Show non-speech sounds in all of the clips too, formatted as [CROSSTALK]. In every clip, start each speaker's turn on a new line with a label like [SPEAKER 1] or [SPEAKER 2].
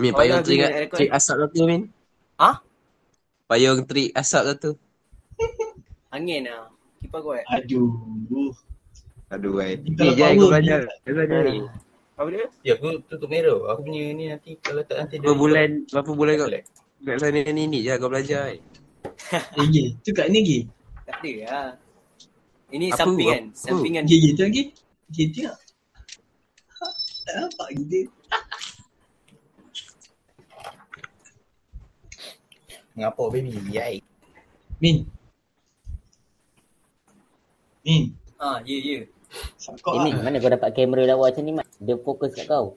[SPEAKER 1] Min,
[SPEAKER 2] Oh,
[SPEAKER 1] payung
[SPEAKER 2] yang
[SPEAKER 1] terik,
[SPEAKER 2] guna aircon.
[SPEAKER 1] terik asap lah tu, Min.
[SPEAKER 2] Ha?
[SPEAKER 1] Payung terik asap lah tu.
[SPEAKER 2] Angin lah. Kipas kuat.
[SPEAKER 3] Aduh.
[SPEAKER 4] Aduh
[SPEAKER 1] eh.
[SPEAKER 4] kan.
[SPEAKER 3] Kita
[SPEAKER 4] Ni
[SPEAKER 3] nak
[SPEAKER 4] je
[SPEAKER 3] power
[SPEAKER 4] aku
[SPEAKER 3] ni.
[SPEAKER 4] belajar. Aku belajar ni.
[SPEAKER 2] Apa dia?
[SPEAKER 4] Ya aku tutup mirror. Aku punya ni nanti kalau tak nanti
[SPEAKER 1] Berapa bulan, berapa bulan kau
[SPEAKER 4] Black.
[SPEAKER 1] kat sana ni ni je kau belajar. eh.
[SPEAKER 3] Eh, Gi. Tu kat ni Gi.
[SPEAKER 2] Tak ada lah. Ini
[SPEAKER 1] Apa?
[SPEAKER 2] sampingan.
[SPEAKER 1] Apa?
[SPEAKER 2] Sampingan.
[SPEAKER 3] Gi, Gi. Tu lagi. Gi, tengok. Ha, Tak nampak kita.
[SPEAKER 4] Ngapa baby? Yai.
[SPEAKER 3] Min. Min.
[SPEAKER 2] Ha, ya, ya.
[SPEAKER 3] Sakok
[SPEAKER 5] Eh, Mat,
[SPEAKER 3] lah.
[SPEAKER 5] mana kau dapat kamera lawa macam ni, Mat? Dia fokus kat kau.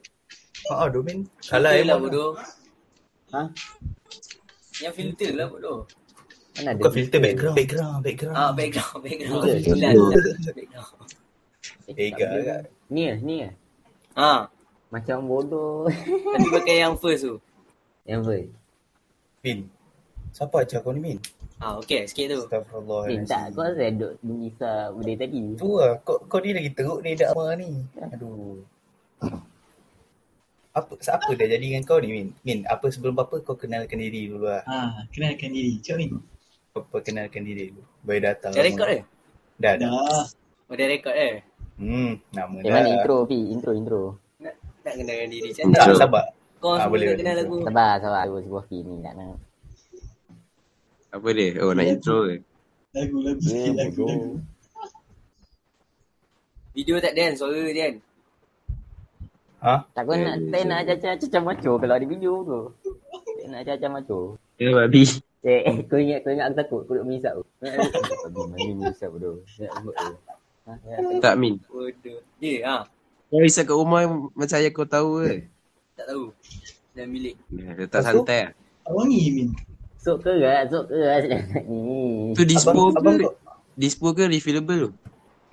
[SPEAKER 4] Ha aduh Min.
[SPEAKER 2] Kalau
[SPEAKER 4] Kalau
[SPEAKER 2] lah
[SPEAKER 4] Doraemon.
[SPEAKER 2] bodoh.
[SPEAKER 5] Ha?
[SPEAKER 2] Yang filter lah bodoh.
[SPEAKER 5] Mana ada?
[SPEAKER 4] Bukan filter background. Background, background.
[SPEAKER 2] Ah, background, background.
[SPEAKER 5] Betul, betul.
[SPEAKER 2] Bulan lah, background.
[SPEAKER 4] Eh,
[SPEAKER 5] tak
[SPEAKER 4] gak,
[SPEAKER 5] boleh.
[SPEAKER 4] gak.
[SPEAKER 5] Ni lah, ni lah.
[SPEAKER 2] Ah,
[SPEAKER 5] Macam bodoh. [LAUGHS]
[SPEAKER 2] tapi pakai yang first tu.
[SPEAKER 5] Yang apa?
[SPEAKER 4] Min. Siapa ajar kau ni Min?
[SPEAKER 2] Ah, okey sikit tu.
[SPEAKER 4] Astagfirullah.
[SPEAKER 5] Eh, tak. Kau rasa duk mengisah benda tadi.
[SPEAKER 4] Tu lah. Kau, kau ni lagi teruk ni dak apa ni. Aduh. Apa apa dah jadi dengan kau ni Min? Min, apa sebelum apa kau kenalkan diri dulu lah.
[SPEAKER 3] Ha, kenalkan diri. Cok ni.
[SPEAKER 4] Kau perkenalkan diri dulu. Biodata.
[SPEAKER 2] Dah record ke?
[SPEAKER 4] Dah, dah.
[SPEAKER 3] Dah.
[SPEAKER 2] Oh, dah record eh?
[SPEAKER 4] Hmm, nama
[SPEAKER 5] Eh, mana
[SPEAKER 4] dah.
[SPEAKER 5] intro, Pi? Intro, intro.
[SPEAKER 2] Nak kenalkan diri macam
[SPEAKER 1] Intro.
[SPEAKER 2] mana?
[SPEAKER 4] Tak, sabar.
[SPEAKER 2] Kau
[SPEAKER 4] Ah,
[SPEAKER 2] semua
[SPEAKER 4] boleh,
[SPEAKER 2] tak kenal
[SPEAKER 4] boleh.
[SPEAKER 2] lagu.
[SPEAKER 5] Sabar, sabar. Aku sebuah Pi ni nak
[SPEAKER 4] [LAUGHS]
[SPEAKER 5] nak.
[SPEAKER 1] Apa dia? Oh, nak intro ke?
[SPEAKER 3] Lagu, lagu.
[SPEAKER 5] Ya,
[SPEAKER 3] Sikit lagu, lagu.
[SPEAKER 5] bodoh.
[SPEAKER 2] Video tak ada kan? Suara je kan?
[SPEAKER 4] Ha?
[SPEAKER 5] Tak kau nak, tak nak cacah-cacah maco kalau ada video tu. Tak nak cacah maco.
[SPEAKER 1] Ya, babi.
[SPEAKER 5] Eh, eh, kau ingat, kau ingat aku takut? Kau duk mengisap tu. Kau ingat aku takut? Babi, Mana mengisap bodoh. Ingat aku takut. Ha, ingat
[SPEAKER 4] [LAUGHS]
[SPEAKER 5] aku
[SPEAKER 1] Tak, Min.
[SPEAKER 2] Bodoh. Ya, ha.
[SPEAKER 1] Kau risau kat rumah macam ayah kau tahu ke?
[SPEAKER 2] Tak tahu. Dalam bilik.
[SPEAKER 1] Dah dah tak
[SPEAKER 4] Lepas tu?
[SPEAKER 1] Eh, santai lah.
[SPEAKER 3] Wangi Min.
[SPEAKER 5] Sok kerat, sok kerat ni.
[SPEAKER 1] Tu dispo
[SPEAKER 4] Abang, abang
[SPEAKER 1] ke?
[SPEAKER 4] kau
[SPEAKER 1] Dispo ke refillable tu?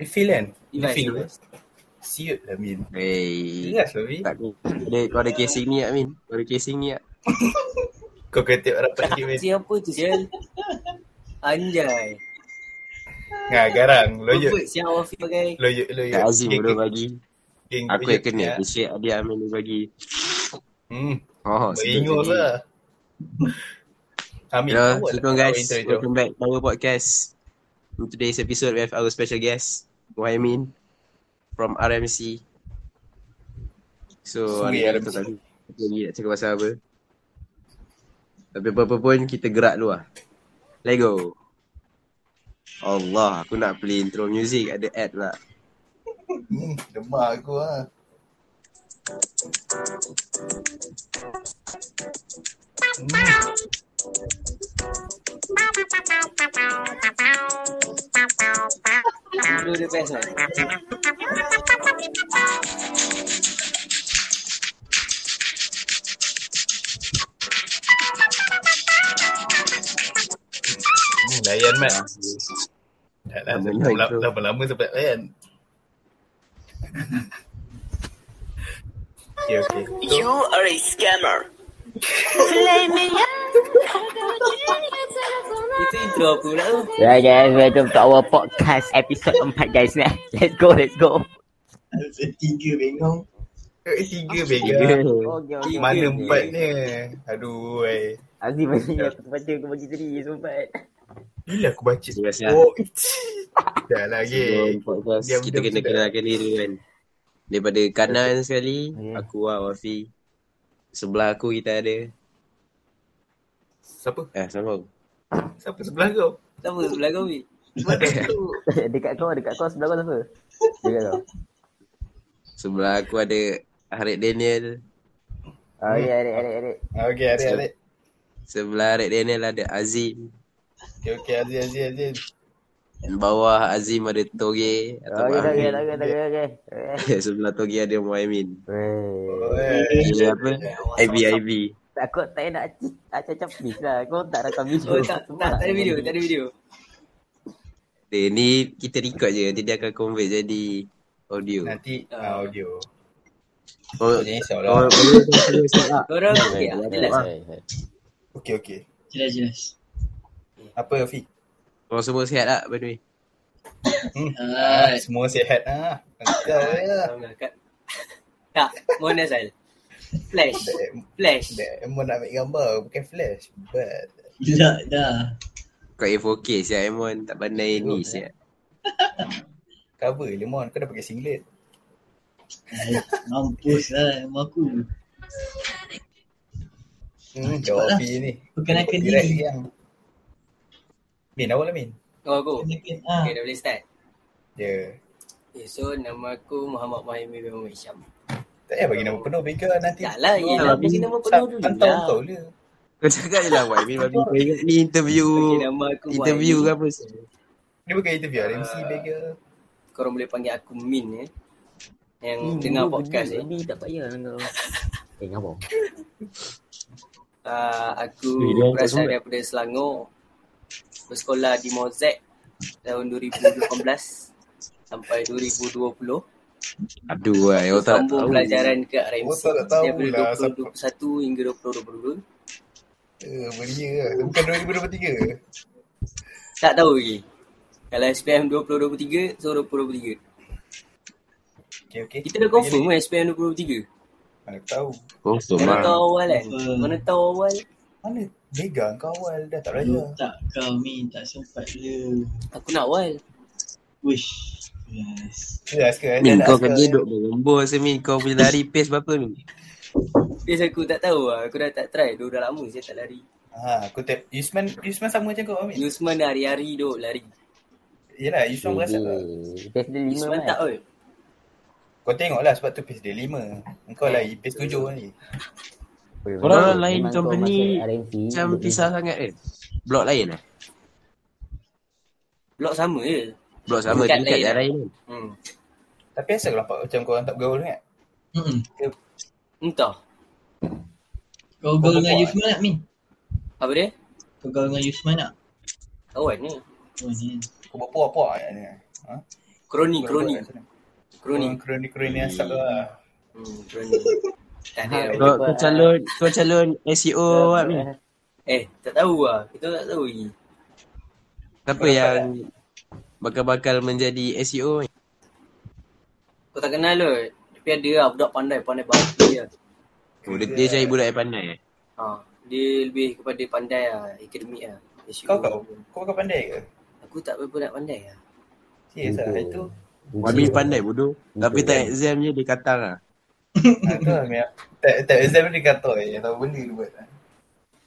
[SPEAKER 4] refill kan?
[SPEAKER 2] Device, eh.
[SPEAKER 4] Refill
[SPEAKER 2] device.
[SPEAKER 4] Siut lah Min.
[SPEAKER 1] Hey.
[SPEAKER 4] Jelas lah Min.
[SPEAKER 1] Eh, Tak kau. Ada- Kau ada casing ni tak, Min? Kau ada casing ni tak?
[SPEAKER 4] Kau kena tengok rapat sikit
[SPEAKER 5] [LAUGHS]
[SPEAKER 4] Min.
[SPEAKER 2] Siapa tu, Sial? Anjay.
[SPEAKER 4] Nga, garang. Loyok.
[SPEAKER 2] Perfect siang Wafi pakai.
[SPEAKER 4] Loyok, loyok.
[SPEAKER 1] Tak Azim
[SPEAKER 4] Geng-
[SPEAKER 1] bodoh
[SPEAKER 4] geng-
[SPEAKER 1] bagi.
[SPEAKER 4] geng-
[SPEAKER 1] Aku
[SPEAKER 4] loyok
[SPEAKER 1] yang kena.
[SPEAKER 4] ni, ah.
[SPEAKER 1] Asyik adik Amin dia bagi.
[SPEAKER 4] Hmm,
[SPEAKER 1] Oh,
[SPEAKER 4] beringus
[SPEAKER 1] sedih.
[SPEAKER 4] lah. Amin.
[SPEAKER 1] Hello,
[SPEAKER 4] awak
[SPEAKER 1] so
[SPEAKER 4] lah.
[SPEAKER 1] welcome Ya, guys.
[SPEAKER 4] Intro, intro.
[SPEAKER 1] Welcome back to our podcast. In today's episode, we have our special guest, Muhaimin from RMC. So,
[SPEAKER 4] Suri
[SPEAKER 1] hari ni
[SPEAKER 4] RMC.
[SPEAKER 1] kita tak kita lagi nak cakap pasal apa. Tapi apa-apa pun, kita gerak dulu lah. Let's go. Allah, aku nak play intro music. Ada ad pula.
[SPEAKER 4] Hmm, Demam aku lah.
[SPEAKER 2] Bodoh dia best kan?
[SPEAKER 4] Hmm, layan Mat. Dah lah,
[SPEAKER 1] Lama
[SPEAKER 4] lama-
[SPEAKER 1] intro.
[SPEAKER 4] lama-lama sampai layan. Okay, okay. So,
[SPEAKER 6] You are a scammer. Flaming
[SPEAKER 2] Itu intro aku pula tu.
[SPEAKER 5] Right guys, welcome to our podcast episode 4 guys. [LAUGHS] Let's go, let's go.
[SPEAKER 3] Ada tiga bengong.
[SPEAKER 4] Eh, tiga
[SPEAKER 1] Tiga.
[SPEAKER 4] bega.
[SPEAKER 5] Okey, okey.
[SPEAKER 4] Mana
[SPEAKER 2] Tiga.
[SPEAKER 4] empatnya? Aduh, eh.
[SPEAKER 5] Azim masih ingat aku baca aku bagi tadi sempat.
[SPEAKER 4] Bila aku baca
[SPEAKER 1] Terima kasih.
[SPEAKER 4] Oh, dah lah, lagi.
[SPEAKER 1] Sebelum podcast,
[SPEAKER 4] Diam-diam
[SPEAKER 1] kita kena
[SPEAKER 4] sudah.
[SPEAKER 1] kenalkan diri kan. Daripada kanan sekali,
[SPEAKER 4] Oh,
[SPEAKER 5] Ya.
[SPEAKER 1] aku lah Wafi. Sebelah aku kita ada.
[SPEAKER 4] Siapa?
[SPEAKER 1] Eh, sama.
[SPEAKER 4] Siapa sebelah kau?
[SPEAKER 2] Tak apa, sebelah kau ni.
[SPEAKER 5] [LAUGHS] dekat kau, dekat kau sebelah kau siapa? Dekat kau.
[SPEAKER 1] Sebelah aku ada Harid Daniel.
[SPEAKER 5] Okey, adik, adik, adik.
[SPEAKER 4] Okey, Ah, Aziz, Aziz.
[SPEAKER 1] Sebelah Harid Daniel ada Azim.
[SPEAKER 4] Okey, okey, Aziz, Aziz, Aziz.
[SPEAKER 1] Dan bawah Azim ada Toge. Atau
[SPEAKER 5] Okey, okey,
[SPEAKER 1] Muhammad.
[SPEAKER 5] okey, okey, okey.
[SPEAKER 1] [LAUGHS] Sebelah Toge ada Muaimin.
[SPEAKER 5] Weh.
[SPEAKER 4] Oi.
[SPEAKER 1] Ini apa? IB, IB.
[SPEAKER 5] Takut tak nak c- nak cacap please lah. Kau tak rakam video.
[SPEAKER 2] Oh, tak, tak, tak ada video, tak ada video.
[SPEAKER 1] Dia ni kita record je. Nanti dia akan convert jadi audio.
[SPEAKER 4] Nanti ah, audio. lah.
[SPEAKER 1] Oh, oh,
[SPEAKER 4] Jadi insyaAllah.
[SPEAKER 1] oh,
[SPEAKER 2] Korang okey
[SPEAKER 5] Okey,
[SPEAKER 2] lah,
[SPEAKER 5] okey,
[SPEAKER 2] jelas.
[SPEAKER 5] okey.
[SPEAKER 4] Okey, okey.
[SPEAKER 3] Jelas, jelas.
[SPEAKER 2] Hmm.
[SPEAKER 4] Apa, Afiq?
[SPEAKER 1] Korang oh, semua sihat tak, by the way?
[SPEAKER 4] Ah,
[SPEAKER 3] Ah,
[SPEAKER 4] semua sihat. Ah, Kau ya.
[SPEAKER 2] [LAUGHS] Kau nak angkat. Tak, mohon asal. Flash. Flash.
[SPEAKER 4] Doraemon nak ambil gambar bukan flash. But
[SPEAKER 3] Gelak dah.
[SPEAKER 1] Kau A4K siap Emon tak pandai ni siap.
[SPEAKER 4] cover Lemon kau dah pakai singlet.
[SPEAKER 3] Ay, Mampus lah emang aku. Cepatlah.
[SPEAKER 4] Hmm,
[SPEAKER 2] lah.
[SPEAKER 4] jawab P ni.
[SPEAKER 3] Perkenalkan
[SPEAKER 4] Direct
[SPEAKER 3] diri.
[SPEAKER 4] yang. Min awal lah Min.
[SPEAKER 2] Oh aku.
[SPEAKER 3] Perkenalkan. Ah,
[SPEAKER 2] Okay dah boleh start.
[SPEAKER 4] Dia
[SPEAKER 2] Okay, so nama aku Muhammad Mahimi bin Muhammad Hisham.
[SPEAKER 4] tak payah bagi nama penuh Bega nanti.
[SPEAKER 2] Tak lah,
[SPEAKER 4] Keluar
[SPEAKER 2] yelah,
[SPEAKER 4] habis
[SPEAKER 2] bagi nama penuh
[SPEAKER 4] sat-
[SPEAKER 2] dulu
[SPEAKER 4] Pantau
[SPEAKER 2] lah.
[SPEAKER 4] kau lah.
[SPEAKER 1] Kau cakap je lah Wai. Min babi kau ingat ni interview.
[SPEAKER 2] Okay, nama aku
[SPEAKER 1] Interview ke
[SPEAKER 2] Wahimi.
[SPEAKER 1] apa?
[SPEAKER 4] Dia bukan interview uh, MC
[SPEAKER 2] Ah.
[SPEAKER 4] Bega.
[SPEAKER 2] Korang boleh panggil aku Min eh. Yang dengar Hmm, podcast ni.
[SPEAKER 5] Ni tak payah dengar. Eh, ngapa?
[SPEAKER 2] Uh, aku
[SPEAKER 5] Eh, dia orang tak
[SPEAKER 2] berasal
[SPEAKER 5] semua.
[SPEAKER 2] daripada Selangor. Bersekolah di Mozek tahun 2018 sampai 2020.
[SPEAKER 1] Aduh Wai. Kau Oh, tak
[SPEAKER 2] Sambung
[SPEAKER 1] tahu.
[SPEAKER 2] pelajaran ke RMC
[SPEAKER 4] Otak Oh, tak tahu
[SPEAKER 2] daripada
[SPEAKER 4] lah,
[SPEAKER 2] 2021 hingga 2022.
[SPEAKER 4] Eh, beria lah. Bukan 2023.
[SPEAKER 2] Tak tahu lagi. Kalau SPM 2023, so 2023.
[SPEAKER 4] Okay, okay.
[SPEAKER 2] Kita dah confirm kan SPM 2023?
[SPEAKER 4] Mana aku tahu.
[SPEAKER 1] Confirm
[SPEAKER 2] Mana
[SPEAKER 1] lah.
[SPEAKER 2] tahu awal kan?
[SPEAKER 3] Confirm.
[SPEAKER 2] Mana tahu awal?
[SPEAKER 4] Mana Bega kau awal dah tak
[SPEAKER 3] Lu
[SPEAKER 4] raya.
[SPEAKER 3] tak kau Min tak sempat le.
[SPEAKER 2] Aku nak awal.
[SPEAKER 3] Wish. Yes.
[SPEAKER 4] Jelas ke?
[SPEAKER 1] Min
[SPEAKER 4] Jelas
[SPEAKER 1] kau
[SPEAKER 4] ke?
[SPEAKER 1] kerja duk bergembor se Min. Kau punya lari pace berapa Min?
[SPEAKER 2] Biasa aku tak tahu lah. Aku dah tak try. Dulu dah lama saya tak lari.
[SPEAKER 4] Ha, aku tap. Yusman, Yusman sama macam kau Amin.
[SPEAKER 2] Yusman dah hari-hari duk lari.
[SPEAKER 4] Yelah, Yusman berasa lah.
[SPEAKER 5] Best dia lima
[SPEAKER 2] Yusman
[SPEAKER 5] kan?
[SPEAKER 2] tak oi.
[SPEAKER 4] Kau tengok lah sebab tu pace dia lima. Engkau lah pace tujuh ni.
[SPEAKER 5] Boleh,
[SPEAKER 1] Orang
[SPEAKER 5] boleh.
[SPEAKER 1] lain
[SPEAKER 5] Memang kau
[SPEAKER 1] company
[SPEAKER 5] masuk RMC,
[SPEAKER 1] Macam
[SPEAKER 5] boleh.
[SPEAKER 1] pisah sangat kan? Blok lain eh?
[SPEAKER 2] Blok sama je.
[SPEAKER 1] Blok sama
[SPEAKER 2] Tingkat
[SPEAKER 1] tingkat
[SPEAKER 2] lain
[SPEAKER 1] yang
[SPEAKER 2] eh?
[SPEAKER 1] lain kan?
[SPEAKER 2] Hmm.
[SPEAKER 4] Tapi asal kau nampak macam kau orang tak bergaul sangat?
[SPEAKER 3] Hmm.
[SPEAKER 2] Entah.
[SPEAKER 3] Kau gaul
[SPEAKER 4] Kau
[SPEAKER 3] dengan
[SPEAKER 4] buat.
[SPEAKER 3] Yusman nak Min?
[SPEAKER 2] Apa dia? kan?
[SPEAKER 3] Kau gaul dengan Yusman nak?
[SPEAKER 2] Kawan ni.
[SPEAKER 3] Oh ni.
[SPEAKER 4] Kau berpuak-puak kat ni. Ha?
[SPEAKER 2] Kroni,
[SPEAKER 4] Kau
[SPEAKER 2] kroni.
[SPEAKER 4] berbual kat sana.
[SPEAKER 2] Kroni.
[SPEAKER 4] Oh, Kroni, kroni asap lah.
[SPEAKER 2] Hmm, kroni. tak ada.
[SPEAKER 1] Kau, kau calon kau calon E SEO apa ni?
[SPEAKER 2] Eh, tak tahu lah. Kita tak tahu lagi.
[SPEAKER 1] Siapa yang bakal-bakal menjadi E SEO ni?
[SPEAKER 2] Kau tak kenal kot. Tapi ada lah budak pandai, pandai bahasa dia. lah.
[SPEAKER 1] Oh, dia, dia cari budak yang pandai eh?
[SPEAKER 2] Ha, dia lebih kepada pandai lah, akademik lah. SEO.
[SPEAKER 4] Kau kau, kau kau pandai ke?
[SPEAKER 2] Aku tak berapa nak pandai lah.
[SPEAKER 4] Serius lah,
[SPEAKER 5] Betul.
[SPEAKER 4] itu.
[SPEAKER 1] Wabi pandai bodoh. Tapi tak exam je dia katal lah.
[SPEAKER 4] Ha, tu lah, Mia. Tak, tak, exam dia kata eh, tahu benda dia buat.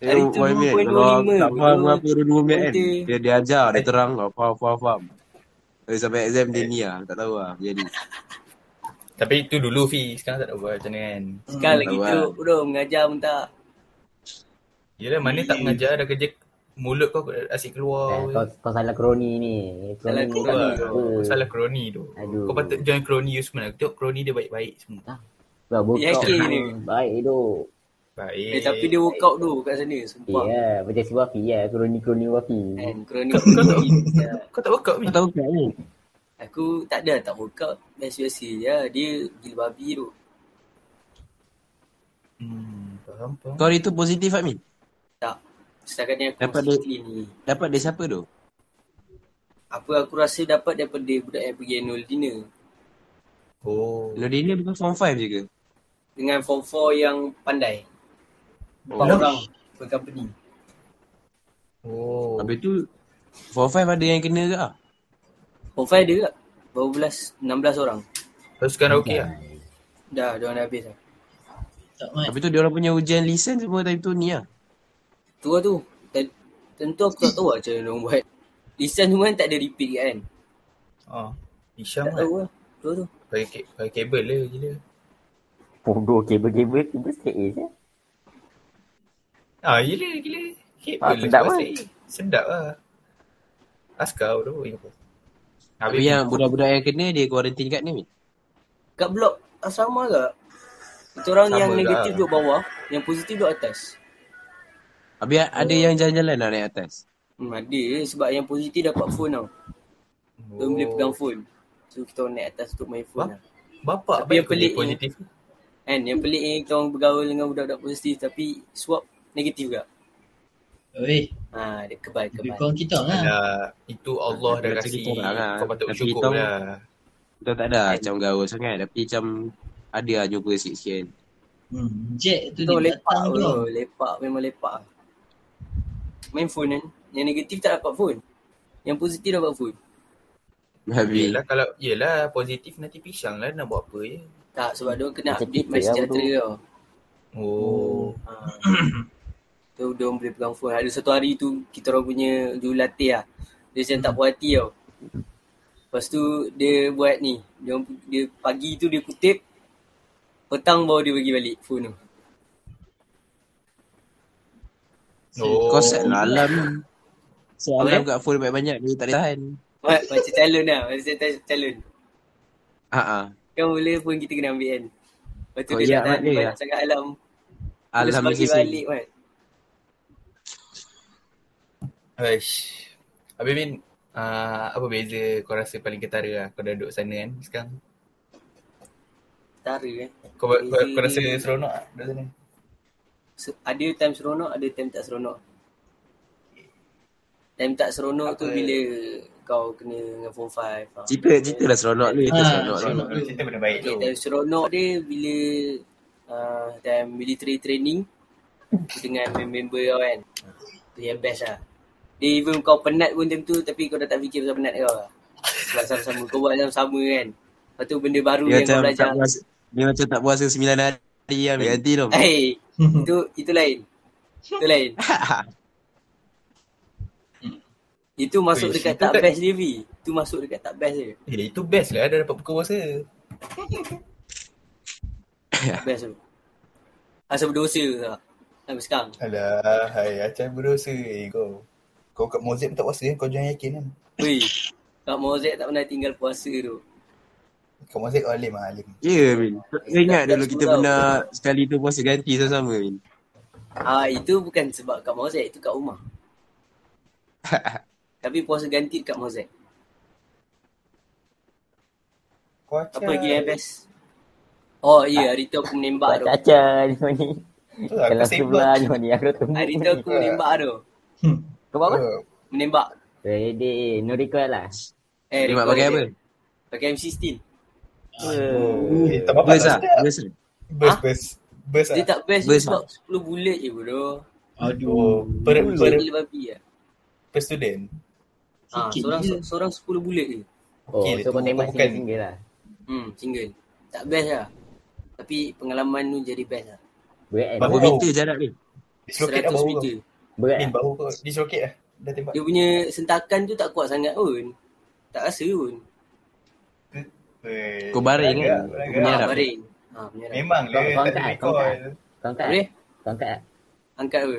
[SPEAKER 1] Dia
[SPEAKER 2] Hari tu
[SPEAKER 1] one minute.
[SPEAKER 2] 2.25
[SPEAKER 1] Eh, Kalau aku tak faham
[SPEAKER 2] bodoh.
[SPEAKER 1] apa dia dua minit kan.
[SPEAKER 2] Betul.
[SPEAKER 1] Dia, dia ajar, dia terang. Kau faham, faham, faham. Eh, sampai exam dia ni lah. Tak tahu lah. Jadi.
[SPEAKER 4] Tapi itu dulu Fi, sekarang tak ada buat macam ni kan.
[SPEAKER 2] Sekarang lagi
[SPEAKER 1] Lawan.
[SPEAKER 2] teruk bro, mengajar pun tak.
[SPEAKER 4] Yelah, mana tak mengajar dah kerja mulut kau asyik
[SPEAKER 5] Eh,
[SPEAKER 4] keluar.
[SPEAKER 5] kau,
[SPEAKER 4] weh.
[SPEAKER 5] kau salah kroni ni.
[SPEAKER 2] Salah
[SPEAKER 5] ni
[SPEAKER 4] Kau lah,
[SPEAKER 5] tak
[SPEAKER 2] kroni
[SPEAKER 5] ada.
[SPEAKER 4] kau salah kroni tu.
[SPEAKER 5] Aduh.
[SPEAKER 4] Kau patut join kroni Yusman. Aku tengok kroni dia baik-baik semua.
[SPEAKER 5] Kau bokap
[SPEAKER 2] Yakin
[SPEAKER 5] ni.
[SPEAKER 2] ni.
[SPEAKER 5] Baik tu.
[SPEAKER 4] Baik.
[SPEAKER 2] Eh, tapi dia workout tu kat sana,
[SPEAKER 5] Ya,
[SPEAKER 2] sumpah.
[SPEAKER 5] yeah, macam si Wafi ya, kroni-kroni Wafi.
[SPEAKER 2] Kan, kroni
[SPEAKER 4] Kau- kau tak- Kau tak workout ni?
[SPEAKER 1] Kau tahu kat ni?
[SPEAKER 2] Ya. Aku tak ada tak workout, biasa-biasa je. lah. Dia gila babi tu.
[SPEAKER 4] Hmm, faham, faham.
[SPEAKER 1] Kau hari tu positif tak Min?
[SPEAKER 2] Tak. Setakat ni aku
[SPEAKER 1] Dapat
[SPEAKER 2] mesti clean ni.
[SPEAKER 1] Dapat dari siapa tu?
[SPEAKER 2] Apa aku rasa dapat daripada budak yang pergi annual dinner.
[SPEAKER 4] Oh.
[SPEAKER 1] Lodina bukan form 5 je ke?
[SPEAKER 2] Dengan form 4 yang pandai. Empat
[SPEAKER 1] Oh.
[SPEAKER 2] orang per company.
[SPEAKER 4] Oh.
[SPEAKER 1] Habis tu form 5 ada yang kena ke ah?
[SPEAKER 2] Form 5 ada tak? Baru belas, 16 orang.
[SPEAKER 4] Terus sekarang okey lah.
[SPEAKER 2] Dah, diorang dah habis dah.
[SPEAKER 3] Tak mat.
[SPEAKER 1] Habis tu dia orang punya ujian lisen semua time tu ni lah.
[SPEAKER 2] Tu lah tu. Ten- Tentu aku tak tahu lah macam mana diorang buat. Lisan tu kan tak ada repeat kan?
[SPEAKER 4] Oh. Hisham
[SPEAKER 2] Tak
[SPEAKER 4] lah.
[SPEAKER 2] tahu lah. Tu lah tu.
[SPEAKER 4] Pakai, ke- pakai kabel lah gila.
[SPEAKER 5] Bodoh kabel-kabel ya. tiba sikit je.
[SPEAKER 4] Ah, gila, gila. Kabel
[SPEAKER 5] Ah,
[SPEAKER 4] lah.
[SPEAKER 5] sedap
[SPEAKER 4] sebab
[SPEAKER 5] kan?
[SPEAKER 4] saya- Sedap lah. Askar tu. ingat apa.
[SPEAKER 1] Habis yang budak-budak yang kena dia quarantine kat ni. Min.
[SPEAKER 2] Kat blok asrama ke? Itu orang
[SPEAKER 4] Sama
[SPEAKER 2] yang
[SPEAKER 4] lah.
[SPEAKER 2] negatif duduk bawah, yang positif duduk atas.
[SPEAKER 1] Habis ada yang jalan-jalan lah naik atas.
[SPEAKER 2] Hmm, ada je sebab yang positif dapat phone tau. Diorang
[SPEAKER 4] Oh.
[SPEAKER 2] boleh pegang phone. So kita orang naik atas untuk main phone
[SPEAKER 4] Wah.
[SPEAKER 2] lah.
[SPEAKER 4] Bapak
[SPEAKER 2] Tapi
[SPEAKER 4] baik
[SPEAKER 2] yang pelik
[SPEAKER 4] dia positif.
[SPEAKER 2] Kan yang pelik ni kita orang bergaul dengan budak-budak positif tapi swab negatif juga.
[SPEAKER 3] Oi,
[SPEAKER 2] Ha, dia kebal
[SPEAKER 3] lebih
[SPEAKER 2] kebal.
[SPEAKER 3] kurang kita
[SPEAKER 7] Ah.
[SPEAKER 3] lah.
[SPEAKER 4] Alah, itu Allah dah
[SPEAKER 1] Macam
[SPEAKER 4] kasi.
[SPEAKER 1] kita orang lah.
[SPEAKER 4] Kau patut
[SPEAKER 1] Tapi
[SPEAKER 4] bersyukur
[SPEAKER 1] kita-
[SPEAKER 4] lah.
[SPEAKER 1] Kita tak ada macam gaul sangat tapi macam ada lah jumpa lah sikit-sikit. [LAUGHS] kan.
[SPEAKER 3] Hmm, Jack tu
[SPEAKER 2] Betul
[SPEAKER 3] dia
[SPEAKER 2] lepak
[SPEAKER 3] datang
[SPEAKER 2] bro.
[SPEAKER 3] tu.
[SPEAKER 2] Lepak memang lepak. Main phone kan. Yang negatif tak dapat phone. Yang positif dapat phone.
[SPEAKER 1] Habis.
[SPEAKER 4] Yelah kalau Yelah positif nanti pisang lah Nak buat apa je
[SPEAKER 2] Tak sebab dia orang kena
[SPEAKER 5] Macam
[SPEAKER 2] update
[SPEAKER 5] kita
[SPEAKER 2] my
[SPEAKER 5] lah,
[SPEAKER 2] sejahtera
[SPEAKER 5] bodoh.
[SPEAKER 2] tau.
[SPEAKER 4] Oh
[SPEAKER 2] Ha. tu dia orang boleh pegang phone. Ada satu hari tu kita orang punya jurulatih lah. Dia macam tak puas hati tau. Lepas tu dia buat ni. Dia, orang- dia pagi tu dia kutip. Petang baru dia bagi balik phone tu.
[SPEAKER 4] Oh
[SPEAKER 1] Kau set lah alam. Set alam
[SPEAKER 2] Apa
[SPEAKER 1] kat phone banyak-banyak dia tak boleh tahan.
[SPEAKER 2] Ma- Macam calon lah. Macam cal- calon.
[SPEAKER 1] Ha ah.
[SPEAKER 2] Kan boleh phone kita kena ambil kan. Lepas tu
[SPEAKER 1] Oh,
[SPEAKER 2] dia
[SPEAKER 1] ya,
[SPEAKER 2] tak tahan
[SPEAKER 1] Mat, ya.
[SPEAKER 2] banyak sangat alam.
[SPEAKER 1] Alam
[SPEAKER 2] Terus bagi
[SPEAKER 1] dia
[SPEAKER 2] balik
[SPEAKER 1] sisi.
[SPEAKER 2] kan.
[SPEAKER 4] Aish Habis Min uh, Apa beza kau rasa paling ketara lah Kau dah duduk sana kan sekarang
[SPEAKER 2] Tara eh.
[SPEAKER 4] Kau, kau,
[SPEAKER 2] Beza-
[SPEAKER 4] kau rasa seronok tak duduk sana
[SPEAKER 2] Se- Ada time seronok, ada time tak seronok. Time tak seronok tu
[SPEAKER 4] Apa-
[SPEAKER 2] bila kau kena dengan form 5. Ha.
[SPEAKER 1] Cerita, cerita lah seronok lu. Cerita
[SPEAKER 3] Ah,
[SPEAKER 1] seronok lu.
[SPEAKER 3] seronok.
[SPEAKER 4] Kau cerita benda baik
[SPEAKER 2] Okay,
[SPEAKER 4] tu
[SPEAKER 2] time seronok dia bila uh, time military training dengan member-member kau kan. Tu yang best lah. Dia even kau penat pun time tu tapi kau dah tak fikir pasal penat kau lah. Sebab sama-sama kau buat sama-sama kan. Lepas tu benda baru
[SPEAKER 1] Dia
[SPEAKER 2] yang kau
[SPEAKER 1] macam tak
[SPEAKER 2] belajar.
[SPEAKER 1] puas. Dia macam tak puasa 9 hari yang ganti tu.
[SPEAKER 2] Hey, Eh,
[SPEAKER 3] [LAUGHS]
[SPEAKER 2] itu itu lain. Itu lain. itu masuk
[SPEAKER 4] Wish,
[SPEAKER 2] dekat
[SPEAKER 4] itu
[SPEAKER 2] tak
[SPEAKER 4] kan-
[SPEAKER 2] best dia V. Itu masuk dekat tak best dia.
[SPEAKER 4] Eh, itu best lah dah dapat buka puasa.
[SPEAKER 2] Tak best tu. Rasa berdosa tak? Sampai sekarang.
[SPEAKER 4] Alah, hai acai berdosa eh kau. Kau kat Mozek pun tak puasa kan? Kau jangan yakin kan?
[SPEAKER 2] Weh. Kak Mozek tak pernah tinggal puasa tu.
[SPEAKER 4] Kau Mozek kau alim lah, alim.
[SPEAKER 1] Ya, Min. Kau ingat dulu kita
[SPEAKER 2] Sekolah.
[SPEAKER 1] pernah sekali tu puasa ganti sama-sama, Min.
[SPEAKER 2] Ah itu bukan sebab Kak Mozek, itu Kak
[SPEAKER 5] [LAUGHS]
[SPEAKER 2] Umar. Tapi puasa ganti dekat Mozek.
[SPEAKER 4] Kau acai.
[SPEAKER 2] Apa lagi yang best? Oh ya, yeah, hari tu aku menembak tu.
[SPEAKER 5] Buat caca ni ni.
[SPEAKER 4] Tu lah,
[SPEAKER 5] Kalau
[SPEAKER 4] kau sembang.
[SPEAKER 5] sebelah ni ni aku tunggu.
[SPEAKER 2] Hari tu aku menembak tu.
[SPEAKER 5] Kau buat apa?
[SPEAKER 4] Oh,
[SPEAKER 2] Menembak.
[SPEAKER 5] Ready, no record lah.
[SPEAKER 2] Eh,
[SPEAKER 1] Dia mak
[SPEAKER 2] record
[SPEAKER 1] pakai
[SPEAKER 2] dia.
[SPEAKER 1] apa?
[SPEAKER 2] Pakai M16.
[SPEAKER 4] Oh, eh, tak apa-apa
[SPEAKER 1] Bus
[SPEAKER 4] lah.
[SPEAKER 1] lah.
[SPEAKER 4] sedap.
[SPEAKER 1] Bus lah.
[SPEAKER 4] Best,
[SPEAKER 2] Ah?
[SPEAKER 4] best. Best
[SPEAKER 2] Dia
[SPEAKER 4] lah.
[SPEAKER 2] tak best
[SPEAKER 1] Best
[SPEAKER 2] sebab 10 bullet je bodoh.
[SPEAKER 3] Aduh.
[SPEAKER 4] Oh, per, per,
[SPEAKER 2] Gila babi ah.
[SPEAKER 4] per student.
[SPEAKER 2] Ha,
[SPEAKER 3] Sikit
[SPEAKER 2] seorang
[SPEAKER 3] je.
[SPEAKER 2] seorang 10 bullet je.
[SPEAKER 5] Oh,
[SPEAKER 4] Okey, tu
[SPEAKER 5] so kau tembak
[SPEAKER 4] bukan-
[SPEAKER 5] single-single lah.
[SPEAKER 2] Hmm, single. Tak best lah. Tapi pengalaman tu jadi best lah.
[SPEAKER 5] Berat kan?
[SPEAKER 1] Berapa
[SPEAKER 4] Baru-
[SPEAKER 1] meter jarak dia?
[SPEAKER 4] Dislocate
[SPEAKER 2] 100
[SPEAKER 4] lah bahu kau.
[SPEAKER 2] meter.
[SPEAKER 5] Berat
[SPEAKER 4] Min,
[SPEAKER 5] lah.
[SPEAKER 4] bahu kau. Dislocate lah. Dah tembak.
[SPEAKER 2] Dia punya sentakan tu tak kuat sangat pun. Tak rasa pun.
[SPEAKER 4] Eh,
[SPEAKER 1] Kau baring
[SPEAKER 4] beragak,
[SPEAKER 1] kan?
[SPEAKER 4] beragak.
[SPEAKER 1] Kau punya
[SPEAKER 2] Ha,
[SPEAKER 1] harap.
[SPEAKER 2] baring. Ha, punya harap.
[SPEAKER 4] Memang
[SPEAKER 5] Kau-
[SPEAKER 4] lah. Tak
[SPEAKER 5] kau
[SPEAKER 4] ada
[SPEAKER 5] angkat, kau
[SPEAKER 4] recall.
[SPEAKER 5] angkat. Kau angkat
[SPEAKER 2] Boleh?
[SPEAKER 5] tak? Kau angkat tak?
[SPEAKER 2] Angkat apa?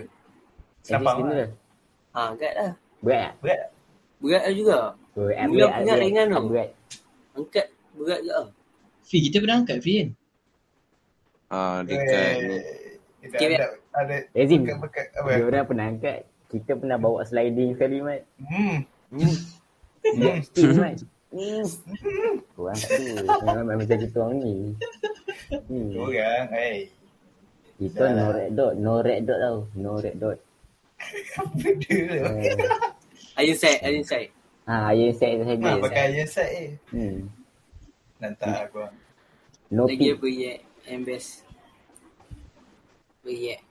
[SPEAKER 4] Senapang
[SPEAKER 5] Habis
[SPEAKER 4] lah.
[SPEAKER 5] dulu.
[SPEAKER 2] Ha, angkat lah.
[SPEAKER 5] Berat tak?
[SPEAKER 4] Berat.
[SPEAKER 2] Berat lah juga.
[SPEAKER 5] Berat,
[SPEAKER 2] Mula
[SPEAKER 5] berat,
[SPEAKER 2] aku ingat
[SPEAKER 5] berat.
[SPEAKER 2] ringan tau.
[SPEAKER 5] Berat.
[SPEAKER 2] Angkat berat juga. lah.
[SPEAKER 3] Fi, kita pernah angkat Fi kan?
[SPEAKER 1] Ah, dekat
[SPEAKER 4] Eh, kita
[SPEAKER 2] Okay,
[SPEAKER 4] ada, ada,
[SPEAKER 5] Rezim,
[SPEAKER 4] bekat-bekat apa?
[SPEAKER 5] dia orang pernah angkat. Kita pernah bawa sliding sekali, Mat.
[SPEAKER 4] Hmm.
[SPEAKER 5] Buat steam, Mat. [LAUGHS] Korang tu memang macam kita orang ni. Hmm.
[SPEAKER 4] Dua orang, eh.
[SPEAKER 5] Kita no red dot, no red dot tau. No red dot.
[SPEAKER 4] Benda lah.
[SPEAKER 5] Eh,
[SPEAKER 2] Iron sight, iron sight.
[SPEAKER 5] Ah, yang set saja.
[SPEAKER 4] Ha, pakai ayah sat eh. lah
[SPEAKER 5] Hmm.
[SPEAKER 4] Nantak aku.
[SPEAKER 5] No
[SPEAKER 2] Lagi
[SPEAKER 5] peak.
[SPEAKER 2] apa yang yang best? Apa yang?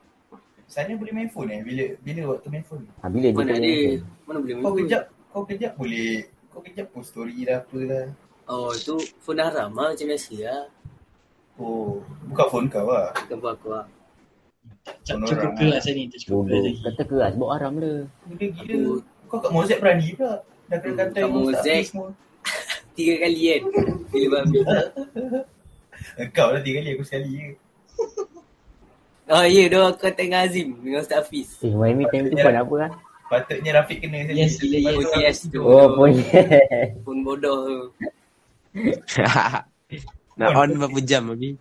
[SPEAKER 4] Sana boleh main phone eh? Bila bila waktu main phone?
[SPEAKER 5] Ha, bila dia
[SPEAKER 2] Mana
[SPEAKER 5] kena
[SPEAKER 2] ada?
[SPEAKER 5] macam?
[SPEAKER 2] Mana boleh
[SPEAKER 4] Kau
[SPEAKER 2] main? phone?
[SPEAKER 4] Oh, kejap, kau kejap boleh kau kejap post story lah apa lah.
[SPEAKER 2] Oh, tu phone haram lah macam biasa lah.
[SPEAKER 4] Oh, bukan phone kau lah.
[SPEAKER 2] Bukan buat aku lah.
[SPEAKER 3] Tak
[SPEAKER 4] Orang kan.
[SPEAKER 3] cukup
[SPEAKER 4] orang.
[SPEAKER 3] kelas lah ni, tak cukup kelas
[SPEAKER 5] Bodoh.
[SPEAKER 3] lagi.
[SPEAKER 5] Kata keras, bawa haram dia.
[SPEAKER 4] Gila gila. Kau kat Mozek berani pula. Dah kena
[SPEAKER 2] Hmm,
[SPEAKER 4] kata
[SPEAKER 2] kat Mozek. Tiga kali kan? Bila babi.
[SPEAKER 4] Kau lah tiga kali aku sekali je.
[SPEAKER 2] Oh ya, yeah, dia orang kata dengan Azim, dengan Ustaz Hafiz.
[SPEAKER 5] Eh, Miami time tu pun apa lah?
[SPEAKER 4] Patutnya Rafiq kena sekali.
[SPEAKER 3] Yes, gila, yes.
[SPEAKER 4] Patut-
[SPEAKER 2] OTS tu.
[SPEAKER 5] Oh, pun.
[SPEAKER 2] Pun bodoh tu.
[SPEAKER 1] [LAUGHS] Nak on berapa jam lagi?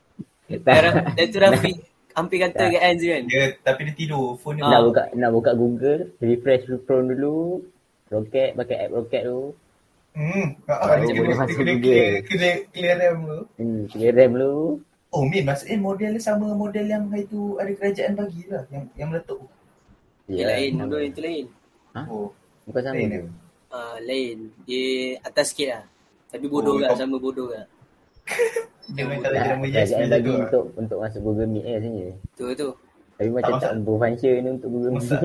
[SPEAKER 5] Tak.
[SPEAKER 2] Dan tu Rafiq hampir kata dengan Azim kan?
[SPEAKER 4] Dia tapi dia tidur. Phone dia.
[SPEAKER 5] [LAUGHS] Nak
[SPEAKER 4] Ah.
[SPEAKER 5] buka nak buka Google, refresh Chrome dulu. Rocket pakai app Rocket tu.
[SPEAKER 4] Hmm.
[SPEAKER 5] Baru
[SPEAKER 4] Ah, dia
[SPEAKER 5] boleh
[SPEAKER 4] kena dia
[SPEAKER 5] masuk
[SPEAKER 4] kena
[SPEAKER 5] Google.
[SPEAKER 4] clear clear- clear RAM tu.
[SPEAKER 5] Hmm, clear RAM dulu.
[SPEAKER 4] Oh Min, maksudnya model dia sama model yang hari tu ada kerajaan bagi lah yang yang meletup.
[SPEAKER 2] Yang lain,
[SPEAKER 5] sama.
[SPEAKER 2] bodoh yang tu lain.
[SPEAKER 4] Oh.
[SPEAKER 5] Ya, Bukan sama
[SPEAKER 4] Lain
[SPEAKER 5] tu.
[SPEAKER 4] eh?
[SPEAKER 2] Ah, lain. Dia atas sikit lah. Tapi bodoh
[SPEAKER 4] Oh,
[SPEAKER 2] oh, lah,
[SPEAKER 4] kau-
[SPEAKER 2] sama bodoh lah.
[SPEAKER 8] Dia main kalau dia
[SPEAKER 5] Oh, Tak,
[SPEAKER 8] nama yes
[SPEAKER 5] kerajaan
[SPEAKER 8] bila
[SPEAKER 5] bagi
[SPEAKER 8] tu. ah.
[SPEAKER 4] lah.
[SPEAKER 5] untuk untuk masuk Google Meet eh sebenarnya.
[SPEAKER 2] Tu tu.
[SPEAKER 4] Oh,
[SPEAKER 5] Tapi macam
[SPEAKER 4] masak.
[SPEAKER 5] tak berfunction ni untuk Google Meet.
[SPEAKER 4] Masak.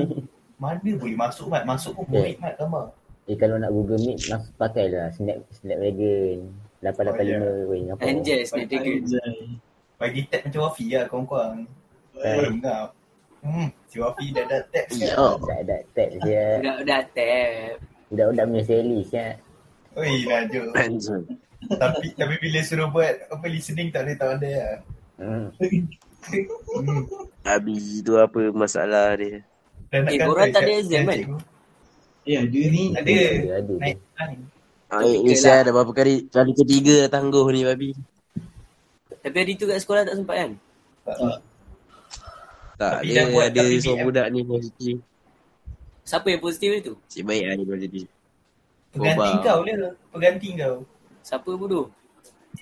[SPEAKER 4] Mana boleh masuk Mat? Masuk pun
[SPEAKER 5] Yeah.
[SPEAKER 4] boleh Mat gambar.
[SPEAKER 5] eh kalau nak Google Meet masuk pakai lah Snap Snapdragon
[SPEAKER 8] Oh,
[SPEAKER 5] 885 weh apa.
[SPEAKER 2] Anjay, Snapdragon.
[SPEAKER 4] Bagi tag macam Wafi lah korang-korang.
[SPEAKER 5] Eh.
[SPEAKER 4] Boleh ngap. Hmm, si Wafi dah ada tag
[SPEAKER 1] Ya.
[SPEAKER 4] kan?
[SPEAKER 5] Tak ada tag dia.
[SPEAKER 2] Budak-budak tap.
[SPEAKER 5] Budak-budak punya selis ya.
[SPEAKER 4] Oi, Raja.
[SPEAKER 1] Anjing.
[SPEAKER 4] tapi tapi bila suruh buat apa listening tak ada tak ada lah.
[SPEAKER 5] Hmm.
[SPEAKER 4] Hmm.
[SPEAKER 1] Habis tu apa masalah dia?
[SPEAKER 4] Dah
[SPEAKER 2] Eh,
[SPEAKER 4] kan
[SPEAKER 2] korang
[SPEAKER 4] saya
[SPEAKER 2] tak ada
[SPEAKER 4] cakap-
[SPEAKER 2] exam,
[SPEAKER 4] saya
[SPEAKER 2] kan?
[SPEAKER 4] cikgu.
[SPEAKER 7] Ya, dia ni
[SPEAKER 4] Eh, Ada.
[SPEAKER 5] Ada ada.
[SPEAKER 4] Naik naik.
[SPEAKER 1] Ah, eh, ni saya dah berapa kali kali ketiga dah tangguh ni babi.
[SPEAKER 2] Tapi hari tu kat sekolah tak sempat kan?
[SPEAKER 1] Tak,
[SPEAKER 4] Tapi
[SPEAKER 1] dia
[SPEAKER 4] dah buat
[SPEAKER 1] ada
[SPEAKER 4] tapi
[SPEAKER 1] seorang
[SPEAKER 4] dia-
[SPEAKER 1] budak ni positif.
[SPEAKER 2] Siapa yang positif hari tu?
[SPEAKER 1] Cik baik lah dia positif.
[SPEAKER 4] Pengganti
[SPEAKER 1] Boba.
[SPEAKER 4] kau lah. Pengganti kau.
[SPEAKER 2] Siapa bodoh?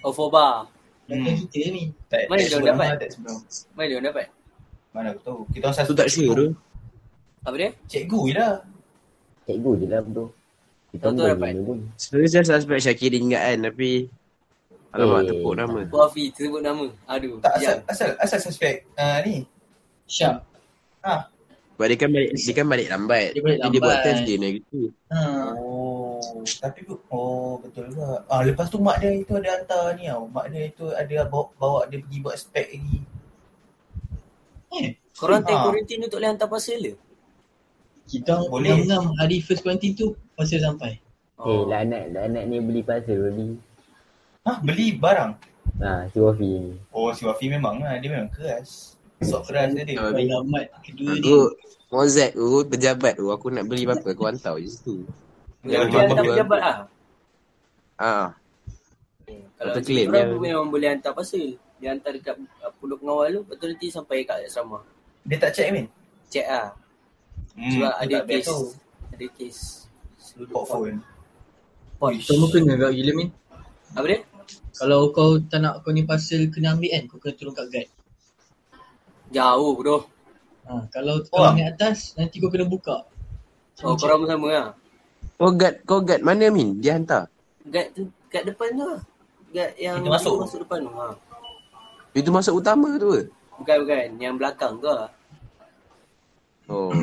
[SPEAKER 2] Oh, Foba.
[SPEAKER 7] datang
[SPEAKER 4] Hmm.
[SPEAKER 7] kita ni.
[SPEAKER 4] Tak,
[SPEAKER 2] Mana
[SPEAKER 4] tak
[SPEAKER 2] kau
[SPEAKER 4] sebelum
[SPEAKER 2] dapat?
[SPEAKER 4] lah, tak sebelum.
[SPEAKER 2] Mana dia orang dapat?
[SPEAKER 4] Mana aku tahu. Kita orang satu
[SPEAKER 1] Tu tak sure tu.
[SPEAKER 2] Apa dia?
[SPEAKER 4] Cikgu je lah.
[SPEAKER 5] Cikgu je lah bro. Kita
[SPEAKER 2] Tahu-tahu
[SPEAKER 5] pun
[SPEAKER 2] dapat.
[SPEAKER 5] ni pun.
[SPEAKER 1] Sebenarnya saya suspect Syakir dia ingat kan tapi Alamak
[SPEAKER 5] Eh.
[SPEAKER 1] tepuk nama.
[SPEAKER 2] Wafi, tersebut nama. Aduh.
[SPEAKER 4] Tak asal
[SPEAKER 2] kejam.
[SPEAKER 4] asal asal suspek ah ni.
[SPEAKER 7] Syap.
[SPEAKER 1] Sebab dia kan balik, dia kan balik lambat.
[SPEAKER 7] Dia balik
[SPEAKER 1] Jadi dia buat
[SPEAKER 7] lambat.
[SPEAKER 1] test dia naik gitu.
[SPEAKER 7] Ha.
[SPEAKER 4] Oh, tapi bu- oh betul juga. Ah lepas tu mak dia itu ada hantar ni tau. Mak dia itu ada bawa, bawa dia pergi buat spek lagi.
[SPEAKER 2] Korang take
[SPEAKER 4] Ah.
[SPEAKER 2] quarantine untuk boleh hantar parcel ke?
[SPEAKER 7] Kita boleh
[SPEAKER 4] Boleh.
[SPEAKER 7] enam hari first quarantine tu masa sampai.
[SPEAKER 2] Oh.
[SPEAKER 1] Oh.
[SPEAKER 5] Eh
[SPEAKER 1] Lah,
[SPEAKER 5] laknat laknat ni beli pasal beli.
[SPEAKER 4] Ah beli barang.
[SPEAKER 5] Ha si Wafi ni.
[SPEAKER 4] Oh si Wafi memang lah. Dia memang keras. Sok keras dia. dia.
[SPEAKER 1] Ah, Habis?
[SPEAKER 7] Alamat kedua ni.
[SPEAKER 1] Aku Mozek tu pejabat tu aku nak beli apa-apa aku hantar je situ.
[SPEAKER 2] Boleh
[SPEAKER 1] Jangan
[SPEAKER 2] boleh hantar
[SPEAKER 1] buat-
[SPEAKER 2] pejabat lah. Eh,
[SPEAKER 1] Ah,
[SPEAKER 2] Kalau
[SPEAKER 1] Atau
[SPEAKER 2] macam
[SPEAKER 1] claim
[SPEAKER 2] korang
[SPEAKER 1] dia.
[SPEAKER 2] memang boleh hantar parcel. Dia hantar dekat uh, pulau pengawal tu. Lepas tu nanti sampai kat asrama.
[SPEAKER 4] Dia tak check Min?
[SPEAKER 2] Check lah.
[SPEAKER 4] Hmm,
[SPEAKER 2] Sebab
[SPEAKER 4] tu
[SPEAKER 2] ada
[SPEAKER 4] tak best
[SPEAKER 2] kes.
[SPEAKER 4] tu.
[SPEAKER 2] Ada kes. Seluruh
[SPEAKER 4] Pop phone.
[SPEAKER 2] Port.
[SPEAKER 4] Uish.
[SPEAKER 7] Kamu kena kat gila Min.
[SPEAKER 2] Apa dia?
[SPEAKER 7] Kalau kau tak nak kau ni parcel kena ambil kan, kau kena turun kat guard.
[SPEAKER 2] Jauh bro.
[SPEAKER 7] Ha, kalau
[SPEAKER 4] Oh.
[SPEAKER 7] kau naik atas, nanti kau kena buka.
[SPEAKER 2] Oh,
[SPEAKER 7] Macam-
[SPEAKER 2] korang pun sama lah.
[SPEAKER 1] kau guard kau guard mana Min? Dia hantar.
[SPEAKER 2] Guard tu, guard depan tu lah. Guard yang
[SPEAKER 4] Pintu masuk.
[SPEAKER 2] pintu masuk depan tu. Ha.
[SPEAKER 1] Itu masuk utama tu ke?
[SPEAKER 2] Bukan, bukan. Yang belakang tu lah.
[SPEAKER 1] Oh.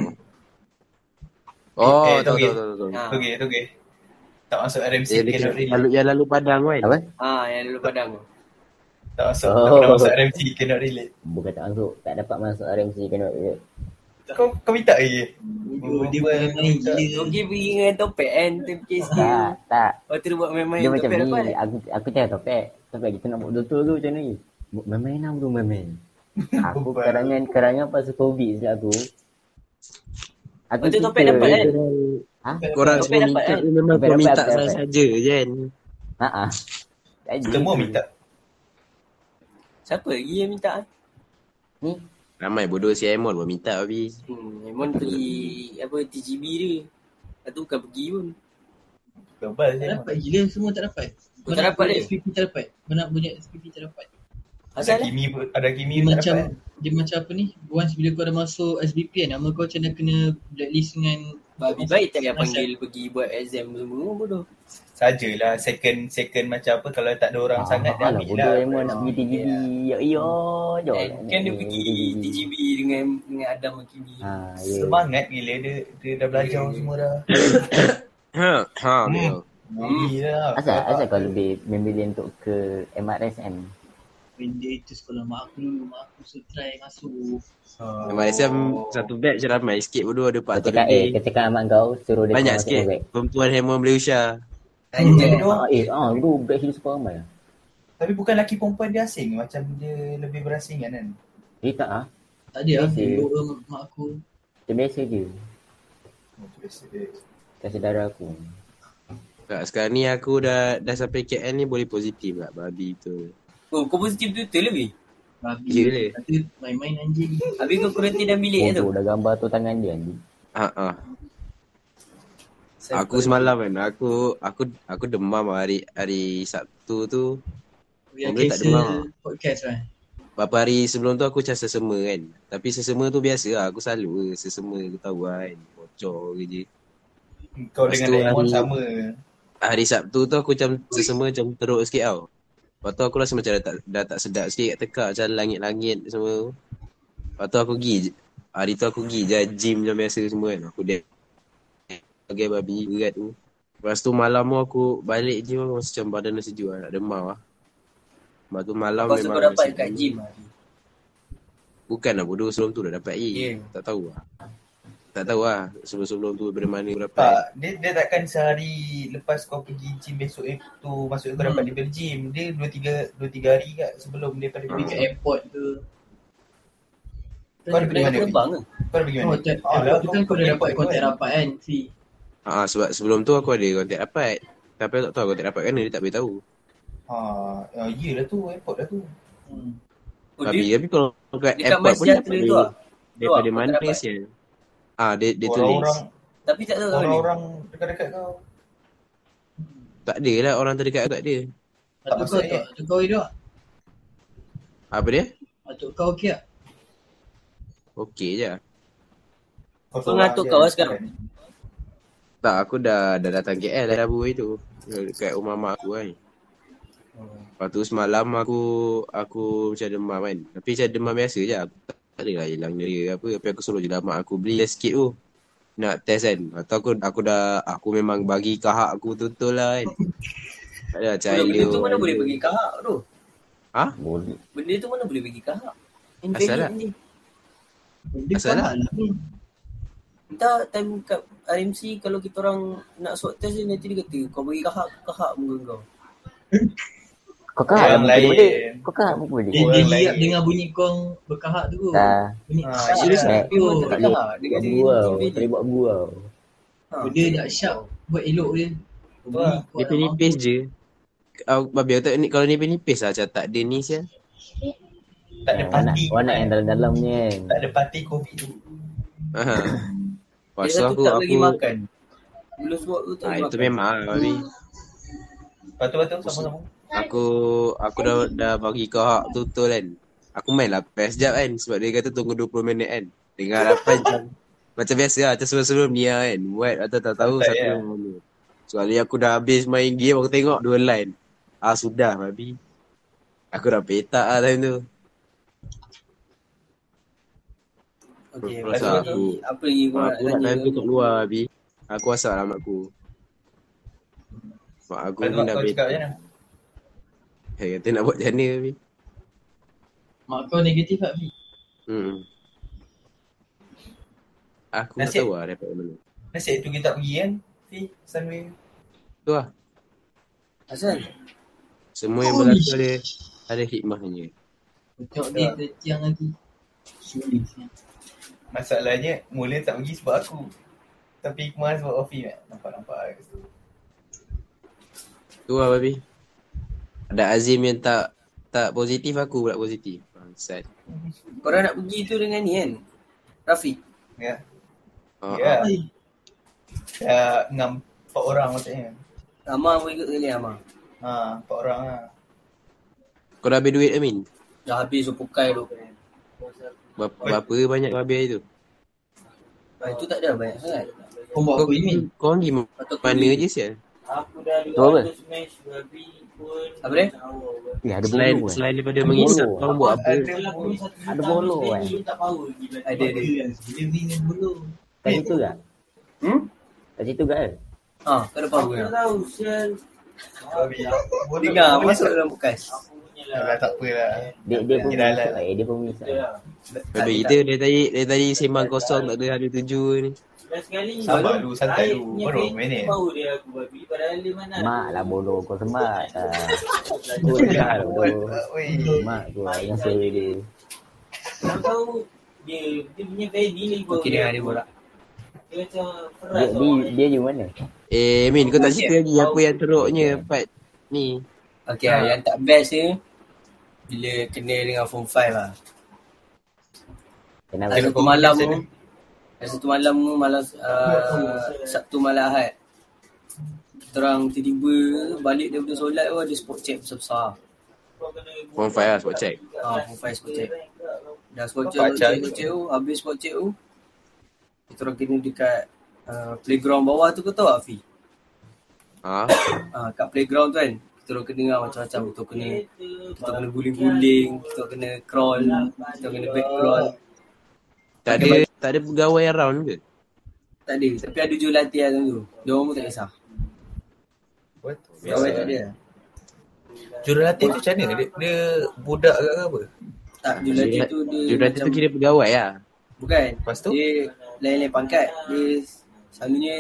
[SPEAKER 1] Oh,
[SPEAKER 4] eh,
[SPEAKER 1] tahu tahu
[SPEAKER 4] tahu,
[SPEAKER 1] tahu. tahu.
[SPEAKER 2] Ha.
[SPEAKER 4] Togeh, togeh. Tak masuk RMC
[SPEAKER 1] Eh, dia
[SPEAKER 4] cannot
[SPEAKER 1] kena-
[SPEAKER 4] really.
[SPEAKER 1] lalu yang lalu padang kan.
[SPEAKER 5] Apa?
[SPEAKER 2] ha, yang dulu padang tu.
[SPEAKER 4] Hmm. Tak masuk.
[SPEAKER 5] Oh.
[SPEAKER 4] Tak pernah masuk RMC cannot relate.
[SPEAKER 5] Bukan tak masuk. Tak dapat masuk RMC kena.
[SPEAKER 4] Kau kau minta Hmm. lagi.
[SPEAKER 7] Bodoh, Oh, dia main-main gila.
[SPEAKER 2] Okey pergi dengan topek kan. Terfikir sikit.
[SPEAKER 5] Tak, tak.
[SPEAKER 2] Lepas tu dia buat main-main.
[SPEAKER 5] Ha. Dia macam
[SPEAKER 2] topek
[SPEAKER 5] ni, aku aku cakap topik. Topik kita nak buat betul ke macam ni? Bu- Main-main lah bro, main-main. Aku
[SPEAKER 4] Beban.
[SPEAKER 5] karangan karangan pasal COVID je aku. Aku
[SPEAKER 2] Lepas tu
[SPEAKER 5] cerita-
[SPEAKER 2] topik dapat kan?
[SPEAKER 5] Ha?
[SPEAKER 1] Korang
[SPEAKER 2] Dapat,
[SPEAKER 1] semua
[SPEAKER 2] dapat,
[SPEAKER 1] minta
[SPEAKER 2] kan?
[SPEAKER 1] ni memang
[SPEAKER 5] Dapat,
[SPEAKER 1] kau
[SPEAKER 5] dapat,
[SPEAKER 1] minta
[SPEAKER 5] dapat.
[SPEAKER 1] saja saja je kan.
[SPEAKER 5] Ha ah. Tak ada.
[SPEAKER 4] Semua minta.
[SPEAKER 2] Siapa lagi yang minta?
[SPEAKER 5] Ni.
[SPEAKER 1] Ramai bodoh si Aimon pun minta habis.
[SPEAKER 2] Hmm, Raymond pergi apa TGB dia. Lepas tu bukan pergi pun.
[SPEAKER 4] Kebal je.
[SPEAKER 7] Tak dapat gila semua tak dapat.
[SPEAKER 2] Oh, tak dapat
[SPEAKER 7] bunyi
[SPEAKER 2] dia?
[SPEAKER 7] SPP tak dapat. Kau nak bunyi SPP tak dapat.
[SPEAKER 4] Ada
[SPEAKER 2] Asal lah.
[SPEAKER 4] Kimi pun- ada Kimi
[SPEAKER 7] Dia
[SPEAKER 4] pun tak
[SPEAKER 7] macam
[SPEAKER 4] dapat.
[SPEAKER 7] dia macam apa ni? Once bila kau dah masuk SBP kan, nama kau macam dah kena blacklist dengan
[SPEAKER 2] Lebih baik tak payah panggil pergi buat exam semua bodoh.
[SPEAKER 4] Sajalah second second macam apa kalau tak ada orang
[SPEAKER 5] Ah,
[SPEAKER 4] sangat lah.
[SPEAKER 5] alah bodoh Raymond nak pergi TGV. Ya ya. jom.
[SPEAKER 2] Kan, kan dia pergi TGB dengan dengan Adam Hakimi.
[SPEAKER 5] Ha, ya.
[SPEAKER 4] Semangat gila dia dia dah belajar semua dah.
[SPEAKER 1] Ha, ha.
[SPEAKER 4] Hmm.
[SPEAKER 1] dia.
[SPEAKER 4] Gila.
[SPEAKER 5] Asal asal kau lebih memilih untuk ke MRSM?
[SPEAKER 7] benda itu sekolah mak aku dulu. Mak aku so try masuk.
[SPEAKER 4] Oh.
[SPEAKER 1] Malaysia satu batch ramai sikit bodoh ada 400
[SPEAKER 5] Katakan eh,
[SPEAKER 1] lebih.
[SPEAKER 5] katakan amat kau suruh dia
[SPEAKER 1] Banyak
[SPEAKER 5] keluar
[SPEAKER 1] sikit.
[SPEAKER 5] masuk beg.
[SPEAKER 1] Perempuan Aimon Malaysia.
[SPEAKER 2] Anjay.
[SPEAKER 5] Ah, eh, ah, bro, beg hidup super ramai. lah.
[SPEAKER 4] Tapi bukan lelaki perempuan dia asing macam dia lebih berasingan kan.
[SPEAKER 5] Eh, tak ah.
[SPEAKER 7] Tak ada lah.
[SPEAKER 5] Biasa.
[SPEAKER 7] Duduk dengan mak aku.
[SPEAKER 5] Dia biasa je.
[SPEAKER 3] Oh,
[SPEAKER 4] Macam biasa dia.
[SPEAKER 5] Kat saudara aku.
[SPEAKER 1] Tak, sekarang ni aku dah dah sampai KL ni boleh positif lah babi tu.
[SPEAKER 2] Oh, kau positif tu tu lebih.
[SPEAKER 7] Babi.
[SPEAKER 1] Gila.
[SPEAKER 7] Kata main-main anjing.
[SPEAKER 2] Habis kau quarantine dalam bilik tu.
[SPEAKER 5] Bodoh dah gambar tu tangan dia ni.
[SPEAKER 1] Ha ah. Aku semalam kan aku aku aku demam hari hari Sabtu tu.
[SPEAKER 7] We are
[SPEAKER 1] Boleh tak dengar?
[SPEAKER 7] cancel podcast lah.
[SPEAKER 1] Berapa hari sebelum tu aku macam sesema kan. Tapi sesema tu biasa lah. Aku selalu eh, sesema aku tahu lah kan. Bocor ke je.
[SPEAKER 4] Kau
[SPEAKER 1] Lepas
[SPEAKER 3] Hmm,
[SPEAKER 4] dengan
[SPEAKER 1] tu
[SPEAKER 4] Raymond
[SPEAKER 1] hari-
[SPEAKER 4] sama.
[SPEAKER 1] Hari Sabtu tu aku macam sesema macam teruk sikit tau. Lepas Lepas tu aku rasa macam dah tak, dah tak sedap sikit kat tekak macam langit-langit semua. Lepas tu aku pergi je. Hari tu aku pergi je gym macam biasa semua kan. Aku dia sebagai babi berat tu. Lepas tu malam tu aku balik gym aku rasa macam badan dah sejuk lah, nak demam lah. Lepas tu malam
[SPEAKER 2] Kau rasa
[SPEAKER 1] memang
[SPEAKER 2] kau
[SPEAKER 1] dah
[SPEAKER 2] dapat
[SPEAKER 1] sejuk.
[SPEAKER 2] kat gym lah.
[SPEAKER 1] Bukan lah bodoh sebelum tu dah dapat E.
[SPEAKER 2] Ya.
[SPEAKER 1] Tak tahu lah. Tak tahu lah sebelum-sebelum tu daripada mana aku dapat.
[SPEAKER 3] Tak, dia, dia takkan sehari lepas kau pergi gym besok eh, tu masuk kau dapat
[SPEAKER 7] Hmm.
[SPEAKER 3] daripada gym. Dia 2 3 2 3 hari kat sebelum daripada
[SPEAKER 7] Pergi
[SPEAKER 3] pergi
[SPEAKER 7] kat
[SPEAKER 3] gym.
[SPEAKER 7] airport ke
[SPEAKER 3] Kau ada pergi
[SPEAKER 2] Kau
[SPEAKER 3] mana?
[SPEAKER 2] terbang ke?
[SPEAKER 3] Kau pergi
[SPEAKER 7] Oh,
[SPEAKER 3] mana?
[SPEAKER 7] hotel.
[SPEAKER 3] Ah, lah,
[SPEAKER 7] Ah, tu kan kau dah dapat
[SPEAKER 3] pergi
[SPEAKER 7] kontak
[SPEAKER 3] mana?
[SPEAKER 7] rapat kan, Fee.
[SPEAKER 1] Ha, sebab sebelum tu aku ada kontak rapat. Tapi aku tak tahu kontak rapat kerana dia tak beritahu.
[SPEAKER 3] Ha, ah, yelah tu airport lah tu.
[SPEAKER 7] Hmm.
[SPEAKER 2] Oh,
[SPEAKER 1] Tapi
[SPEAKER 2] dia
[SPEAKER 1] tapi kalau kat
[SPEAKER 2] dekat
[SPEAKER 1] airport
[SPEAKER 2] Mas
[SPEAKER 1] pun dapat
[SPEAKER 2] Jatra tu lah.
[SPEAKER 1] dari, daripada
[SPEAKER 2] Keluar,
[SPEAKER 1] mana
[SPEAKER 2] kontak rapat.
[SPEAKER 1] sial. Ah dia dia tulis.
[SPEAKER 3] Orang-orang
[SPEAKER 2] Tapi tak tahu kau ni.
[SPEAKER 3] orang-orang dekat-dekat kau.
[SPEAKER 1] Tak ada lah orang terdekat aku tak ada.
[SPEAKER 7] Atuk
[SPEAKER 3] Tak
[SPEAKER 7] kau
[SPEAKER 3] masuk
[SPEAKER 7] tak? Atuk kau hidup?
[SPEAKER 1] Apa dia?
[SPEAKER 7] Atuk kau okey tak?
[SPEAKER 1] Okey je.
[SPEAKER 3] Kau
[SPEAKER 2] Kau ngatuk
[SPEAKER 3] seorang
[SPEAKER 2] kau
[SPEAKER 3] je.
[SPEAKER 2] lah sekarang.
[SPEAKER 1] Tak aku dah dah datang KL dah Rabu hari tu. Dekat rumah mak aku kan. Lepas tu semalam aku aku macam demam kan. Tapi macam demam biasa je. Aku tak, tak ada lah hilang dia ke apa. Tapi aku suruh je lah mak aku beli test kit tu. Nak test kan. Atau aku aku dah aku memang bagi kahak aku betul-betul lah kan. Tak ada macam
[SPEAKER 2] Benda
[SPEAKER 1] elok,
[SPEAKER 2] tu mana
[SPEAKER 1] elok.
[SPEAKER 2] boleh pergi kahak tu.
[SPEAKER 5] Boleh.
[SPEAKER 2] Benda tu mana boleh pergi kahak.
[SPEAKER 1] Asal lah.
[SPEAKER 2] Invalid ni.
[SPEAKER 7] Dia
[SPEAKER 1] Asal
[SPEAKER 7] kalah lah. ni.
[SPEAKER 2] Entah time kat RMC kalau kita orang nak swab test dia nanti dia kata kau bagi kahak kahak muka kau.
[SPEAKER 5] Kau kahak
[SPEAKER 3] Orang
[SPEAKER 5] apa
[SPEAKER 3] lain.
[SPEAKER 5] boleh? Kau kan, kahak apa boleh?
[SPEAKER 7] Dia,
[SPEAKER 3] Orang
[SPEAKER 7] dia
[SPEAKER 3] lain.
[SPEAKER 7] lihat dengar bunyi kong berkahak tu.
[SPEAKER 5] Dah.
[SPEAKER 7] Bunyi
[SPEAKER 3] Ah,
[SPEAKER 7] ah,
[SPEAKER 3] serius
[SPEAKER 5] ah?
[SPEAKER 7] serius
[SPEAKER 2] Dia
[SPEAKER 7] tu.
[SPEAKER 2] tak
[SPEAKER 5] tak boleh.
[SPEAKER 2] kahak. Dia
[SPEAKER 5] Buat
[SPEAKER 2] kata
[SPEAKER 5] gua tau.
[SPEAKER 2] invalid.
[SPEAKER 5] Tak boleh buat gua tau.
[SPEAKER 2] Ha.
[SPEAKER 7] Benda tak syak. Buat elok dia.
[SPEAKER 3] Betul lah.
[SPEAKER 1] Dia penipis je. Uh, babi aku tak ni kalau nipis-nipis lah macam tak ada ni sial.
[SPEAKER 3] Tak ada parti.
[SPEAKER 5] Warna yang dalam-dalam ni kan.
[SPEAKER 3] Tak ada parti COVID tu.
[SPEAKER 1] Aha.
[SPEAKER 2] Dia
[SPEAKER 1] Lepas tu
[SPEAKER 2] satu
[SPEAKER 1] aku
[SPEAKER 2] tak
[SPEAKER 1] aku
[SPEAKER 2] bagi makan. Ha, Belum swab tu tak
[SPEAKER 1] ah,
[SPEAKER 2] bagi
[SPEAKER 1] itu
[SPEAKER 2] makan.
[SPEAKER 1] memang lah babi.
[SPEAKER 3] Lepas tu lepas tu sama-sama.
[SPEAKER 1] Aku aku dah dah bagi kau hak tutul kan. Aku main lah PES sekejap kan sebab dia kata tunggu 20 minit kan. Dengan harapan macam macam biasa lah macam sebelum-sebelum ni lah kan. Buat atau tak tahu
[SPEAKER 3] Tak,
[SPEAKER 1] satu
[SPEAKER 3] ya.
[SPEAKER 1] yang mana. Soalnya aku dah habis main game aku tengok dua line. Ah sudah babi. Aku dah petak lah time tu.
[SPEAKER 2] Okey,
[SPEAKER 1] Rasa
[SPEAKER 2] lepas tu
[SPEAKER 1] aku-
[SPEAKER 2] apa lagi kau nak
[SPEAKER 1] Mak aku
[SPEAKER 3] lah,
[SPEAKER 1] nak
[SPEAKER 2] tanya?
[SPEAKER 1] time tu kat luar Abi. Aku asal lah mak aku. Mak aku
[SPEAKER 3] Lepas tu
[SPEAKER 1] pun dah
[SPEAKER 3] kau
[SPEAKER 1] bed.
[SPEAKER 3] cakap macam mana?
[SPEAKER 1] Dia kata nak buat macam mana Abi.
[SPEAKER 7] Mak kau negatif tak, Fee?
[SPEAKER 1] Hmm. Aku tak
[SPEAKER 3] Nasib-
[SPEAKER 1] tahu lah dapat mana.
[SPEAKER 3] Nasib tu kita tak pergi kan? Si, Sunway.
[SPEAKER 1] Tu lah.
[SPEAKER 2] Asal
[SPEAKER 1] Semua yang
[SPEAKER 7] Oi.
[SPEAKER 1] berlaku ada ada hikmahnya.
[SPEAKER 7] Kau Tengok dia ke tiang lagi. Sulit.
[SPEAKER 3] Masalahnya mula tak pergi sebab aku. Tapi Ikmal sebab Ofi kan. Nampak-nampak kat situ.
[SPEAKER 1] Tu lah babi. Ada Azim yang tak tak positif aku pula positif. Bangsat.
[SPEAKER 2] korang nak pergi tu dengan ni kan? Rafiq.
[SPEAKER 3] Ya.
[SPEAKER 5] Ah,
[SPEAKER 1] Oh,
[SPEAKER 3] Ya.
[SPEAKER 7] Ai.
[SPEAKER 3] Dah enam empat orang maksudnya.
[SPEAKER 2] Amar pun ikut sekali Amar.
[SPEAKER 3] Ha, empat orang lah.
[SPEAKER 1] Kau dah habis duit Amin?
[SPEAKER 2] Dah habis tu pukai tu.
[SPEAKER 1] Berapa, berapa banyak kau habis hari tu?
[SPEAKER 2] Ah, itu tak ada banyak sangat.
[SPEAKER 7] Kau buat
[SPEAKER 1] Kau,
[SPEAKER 7] apa, Imin?
[SPEAKER 1] kau pergi
[SPEAKER 2] Atau
[SPEAKER 1] mana je sial?
[SPEAKER 9] Aku dah
[SPEAKER 5] Tu apa?
[SPEAKER 9] 200 match babi pun
[SPEAKER 2] Apa dia?
[SPEAKER 5] Eh ada
[SPEAKER 1] Selain,
[SPEAKER 5] bulu kan.
[SPEAKER 1] selain daripada mengisap,
[SPEAKER 5] Bodoh.
[SPEAKER 1] kau buat apa?
[SPEAKER 3] Ada
[SPEAKER 9] Aku ni lah, satu
[SPEAKER 5] Ada
[SPEAKER 9] juta
[SPEAKER 5] bolo,
[SPEAKER 9] habis
[SPEAKER 5] eh.
[SPEAKER 9] match Tak power gila
[SPEAKER 2] Ada ada.
[SPEAKER 7] Dia dengan belum.
[SPEAKER 5] Kat situ kan?
[SPEAKER 2] Hmm?
[SPEAKER 5] Kat situ kan?
[SPEAKER 2] Ha, kau ada
[SPEAKER 9] Aku
[SPEAKER 2] power.
[SPEAKER 9] tak
[SPEAKER 2] kan?
[SPEAKER 9] tahu Sial
[SPEAKER 3] Babi.
[SPEAKER 2] Dengar, masuk dalam bukas.
[SPEAKER 9] Aku punya lah
[SPEAKER 3] Alah, tak apalah.
[SPEAKER 5] Dia dia pun
[SPEAKER 3] Yelah,
[SPEAKER 5] misal
[SPEAKER 3] lah.
[SPEAKER 5] eh. Dia pun misal.
[SPEAKER 9] Dah.
[SPEAKER 1] Babi kita dari tadi dari tadi sembang kosong tak ada hari tuju ni.
[SPEAKER 9] Dah sekali
[SPEAKER 3] Sabar
[SPEAKER 9] baru-
[SPEAKER 3] dulu, santai dulu.
[SPEAKER 9] air punya
[SPEAKER 3] Baru
[SPEAKER 9] kereta
[SPEAKER 3] minit.
[SPEAKER 9] Power dia aku babi Padahal dia mana
[SPEAKER 5] Mak lah bodoh kau semak. Ah. Kau
[SPEAKER 3] Jangan
[SPEAKER 5] dah
[SPEAKER 3] buat,
[SPEAKER 5] lah, bodoh.
[SPEAKER 3] weh.
[SPEAKER 5] Mak tu lah yang sewa dia.
[SPEAKER 9] Kau tahu Dia Dia punya baby ni baru
[SPEAKER 2] Okey, dengar dia borak.
[SPEAKER 9] Dia macam
[SPEAKER 5] Dia
[SPEAKER 9] Peras
[SPEAKER 5] dia, dia je mana?
[SPEAKER 1] Eh Min kau tak cerita lagi apa yang teruknya part ni.
[SPEAKER 2] Okey, ha. yang tak best ni bila kena dengan form 5 lah.
[SPEAKER 5] Kenapa?
[SPEAKER 2] Hari satu malam tu, hari satu malam tu, malam uh, Sabtu malam Ahad. Kita orang tiba-tiba balik daripada solat tu ada spot check besar-besar.
[SPEAKER 1] Form 5 lah spot check.
[SPEAKER 2] Ha, form 5 spot check. Dah spot check,
[SPEAKER 4] Baca
[SPEAKER 2] spot check,
[SPEAKER 4] je.
[SPEAKER 2] spot check tu, habis spot check tu. Kita orang kena dekat uh, playground bawah tu kau tahu tak, Afi?
[SPEAKER 1] Ha?
[SPEAKER 2] Ha, Ah, kat playground tu kan. Kita orang kena lah macam-macam. Kita orang kena kita orang kena guling-guling, kita orang kena crawl, kita orang kena back crawl.
[SPEAKER 1] Tak ada tak ada pegawai around ke?
[SPEAKER 2] Tak ada. Tapi ada jual latihan tu. Dia orang pun tak kisah.
[SPEAKER 4] What?
[SPEAKER 2] Pegawai tak ada.
[SPEAKER 4] Jurulatih tu macam mana? Dia, dia budak ke apa?
[SPEAKER 5] Ah.
[SPEAKER 2] Tak, jurulatih tu dia
[SPEAKER 1] Jurulatih tu
[SPEAKER 2] macam-
[SPEAKER 1] kira pegawai lah.
[SPEAKER 2] Bukan.
[SPEAKER 4] Lepas tu?
[SPEAKER 2] Dia lain-lain pangkat. Dia selalunya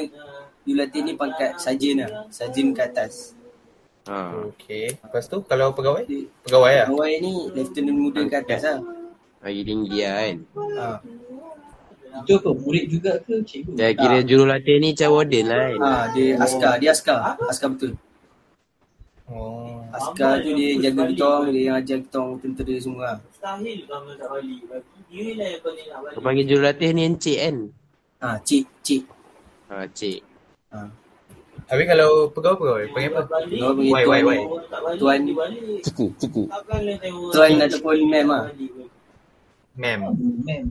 [SPEAKER 2] jurulatih ni pangkat sarjan lah. Sarjan ke atas.
[SPEAKER 1] Ha.
[SPEAKER 4] Okay. Lepas tu kalau pegawai?
[SPEAKER 2] Dia-
[SPEAKER 4] Pegawai lah?
[SPEAKER 2] Pegawai ni lieutenant muda ke atas lah.
[SPEAKER 1] Lagi tinggi lah kan.
[SPEAKER 2] Ha.
[SPEAKER 7] Itu apa? Murid juga ke cikgu?
[SPEAKER 1] Dia kira jurulatih ni macam warden lah kan.
[SPEAKER 2] ha.
[SPEAKER 7] Oh.
[SPEAKER 2] Dia askar. Dia askar. Askar betul.
[SPEAKER 4] Oh.
[SPEAKER 2] Askar tu dia jaga kita orang, dia yang ajar kita orang tentera semua lah.
[SPEAKER 9] Mustahil kamu tak balik. Bagi dia lah yang paling nak
[SPEAKER 1] Kau
[SPEAKER 9] balik.
[SPEAKER 1] panggil jurulatih ni encik kan?
[SPEAKER 2] Ha, cik, cik. Ah,
[SPEAKER 1] Ha, cik.
[SPEAKER 4] Habis kalau pegawai-pegawai panggil apa?
[SPEAKER 9] Balik,
[SPEAKER 2] Dia orang panggil
[SPEAKER 4] Why, why, why?
[SPEAKER 9] orang tak balik,
[SPEAKER 2] Tuan-
[SPEAKER 9] dia balik.
[SPEAKER 5] Ciki, ciki.
[SPEAKER 9] Takkanlah tengok
[SPEAKER 2] Tuan
[SPEAKER 9] orang
[SPEAKER 2] ataupun mem lah.
[SPEAKER 9] balik.
[SPEAKER 4] Ma'am.
[SPEAKER 7] Mem.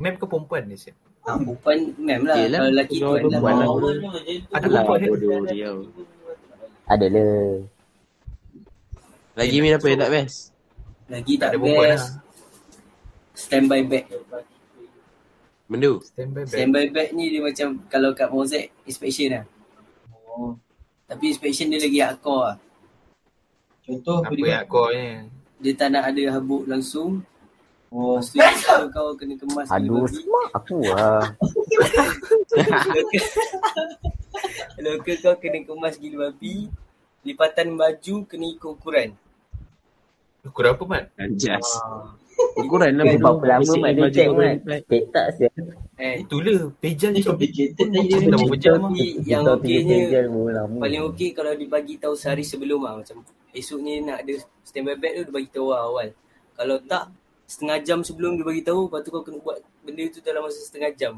[SPEAKER 4] Ma'am ke perempuan ni siap?
[SPEAKER 2] Ha, perempuan mem lah.
[SPEAKER 1] Yelah,
[SPEAKER 2] Kalau lelaki
[SPEAKER 1] pegawai
[SPEAKER 2] tuan lah.
[SPEAKER 1] perempuan lah.
[SPEAKER 9] Orang tu macam tu.
[SPEAKER 4] Ada perempuan dia?
[SPEAKER 1] bodoh dia.
[SPEAKER 5] Ada le.
[SPEAKER 1] Lagi min apa yang tak best?
[SPEAKER 2] Lagi
[SPEAKER 4] Tak
[SPEAKER 2] tak
[SPEAKER 4] ada perempuan lah.
[SPEAKER 2] best. Standby back.
[SPEAKER 1] Mendu.
[SPEAKER 4] Stand by back.
[SPEAKER 2] Standby back ni dia macam kalau kat Mozek, inspection lah.
[SPEAKER 7] Oh.
[SPEAKER 2] Tapi inspection dia lagi hardcore lah.
[SPEAKER 7] Contoh
[SPEAKER 4] Apa yang kau ni?
[SPEAKER 2] Dia tak nak ada habuk langsung.
[SPEAKER 7] Oh,
[SPEAKER 2] Lepas tu kalau kau kena kemas. kena
[SPEAKER 5] Aduh,
[SPEAKER 2] bagi.
[SPEAKER 5] semak aku lah.
[SPEAKER 2] [LAUGHS] Kalau kau- kau kena kemas gila babi. Lipatan baju kena ikut ukuran.
[SPEAKER 4] Kurang apa, Mat?
[SPEAKER 1] Anjas.
[SPEAKER 4] Ah.
[SPEAKER 1] Ukuran lah bodoh.
[SPEAKER 5] Berapa lama
[SPEAKER 1] Basic
[SPEAKER 5] mak
[SPEAKER 1] ni
[SPEAKER 5] dia
[SPEAKER 1] baju
[SPEAKER 5] check
[SPEAKER 1] orang
[SPEAKER 5] mat?
[SPEAKER 1] pakai.
[SPEAKER 5] Check tak siap.
[SPEAKER 2] Eh,
[SPEAKER 4] Itulah. Pejal
[SPEAKER 7] Ni
[SPEAKER 4] macam
[SPEAKER 7] complicated tadi
[SPEAKER 4] Macam
[SPEAKER 7] dia
[SPEAKER 4] dah berapa jam?
[SPEAKER 2] Tapi yang
[SPEAKER 5] Kita
[SPEAKER 2] okeynya
[SPEAKER 5] kerja mula lama.
[SPEAKER 2] paling okey kalau dibagi tahu sehari sebelum lah macam esok ni nak ada standby bag tu dia bagi tahu lah awal. Kalau tak setengah jam sebelum dia bagi tahu lepas tu kau kena buat benda tu dalam masa setengah jam.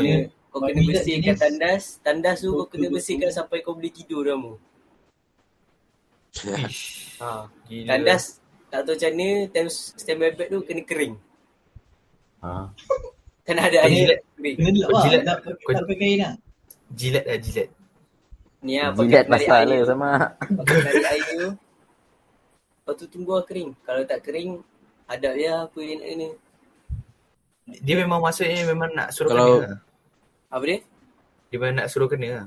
[SPEAKER 2] kau kena,
[SPEAKER 4] ni.
[SPEAKER 2] kau kena
[SPEAKER 7] Bagi tak
[SPEAKER 2] bersihkan
[SPEAKER 7] jenis.
[SPEAKER 2] tandas, tandas tu kau kena
[SPEAKER 7] Betul-betul.
[SPEAKER 2] bersihkan sampai kau boleh tidur kamu.
[SPEAKER 4] Ish.
[SPEAKER 2] Ha.
[SPEAKER 4] Gila.
[SPEAKER 2] Tandas tak tahu macam mana time standby bag tu kena kering.
[SPEAKER 5] Ha.
[SPEAKER 2] Kena Kan ada air
[SPEAKER 4] Penjilat.
[SPEAKER 2] kering.
[SPEAKER 7] Kena gelap
[SPEAKER 4] Kau
[SPEAKER 7] lah.
[SPEAKER 4] jilat.
[SPEAKER 7] Tak,
[SPEAKER 4] Kau-
[SPEAKER 7] tak pakai kain lah.
[SPEAKER 4] Jilat lah, jilat.
[SPEAKER 2] Ni lah pakai
[SPEAKER 5] Jidat
[SPEAKER 2] tarik
[SPEAKER 5] pasal
[SPEAKER 2] air.
[SPEAKER 5] le sama.
[SPEAKER 2] Pakai tarik air tu. Lepas tu tunggu lah kering. Kalau tak kering, ada ya apa yang nak kena.
[SPEAKER 4] Dia memang maksudnya memang nak suruh
[SPEAKER 1] Kalau-
[SPEAKER 4] kena lah.
[SPEAKER 2] Apa dia?
[SPEAKER 4] Dia memang nak suruh kena lah.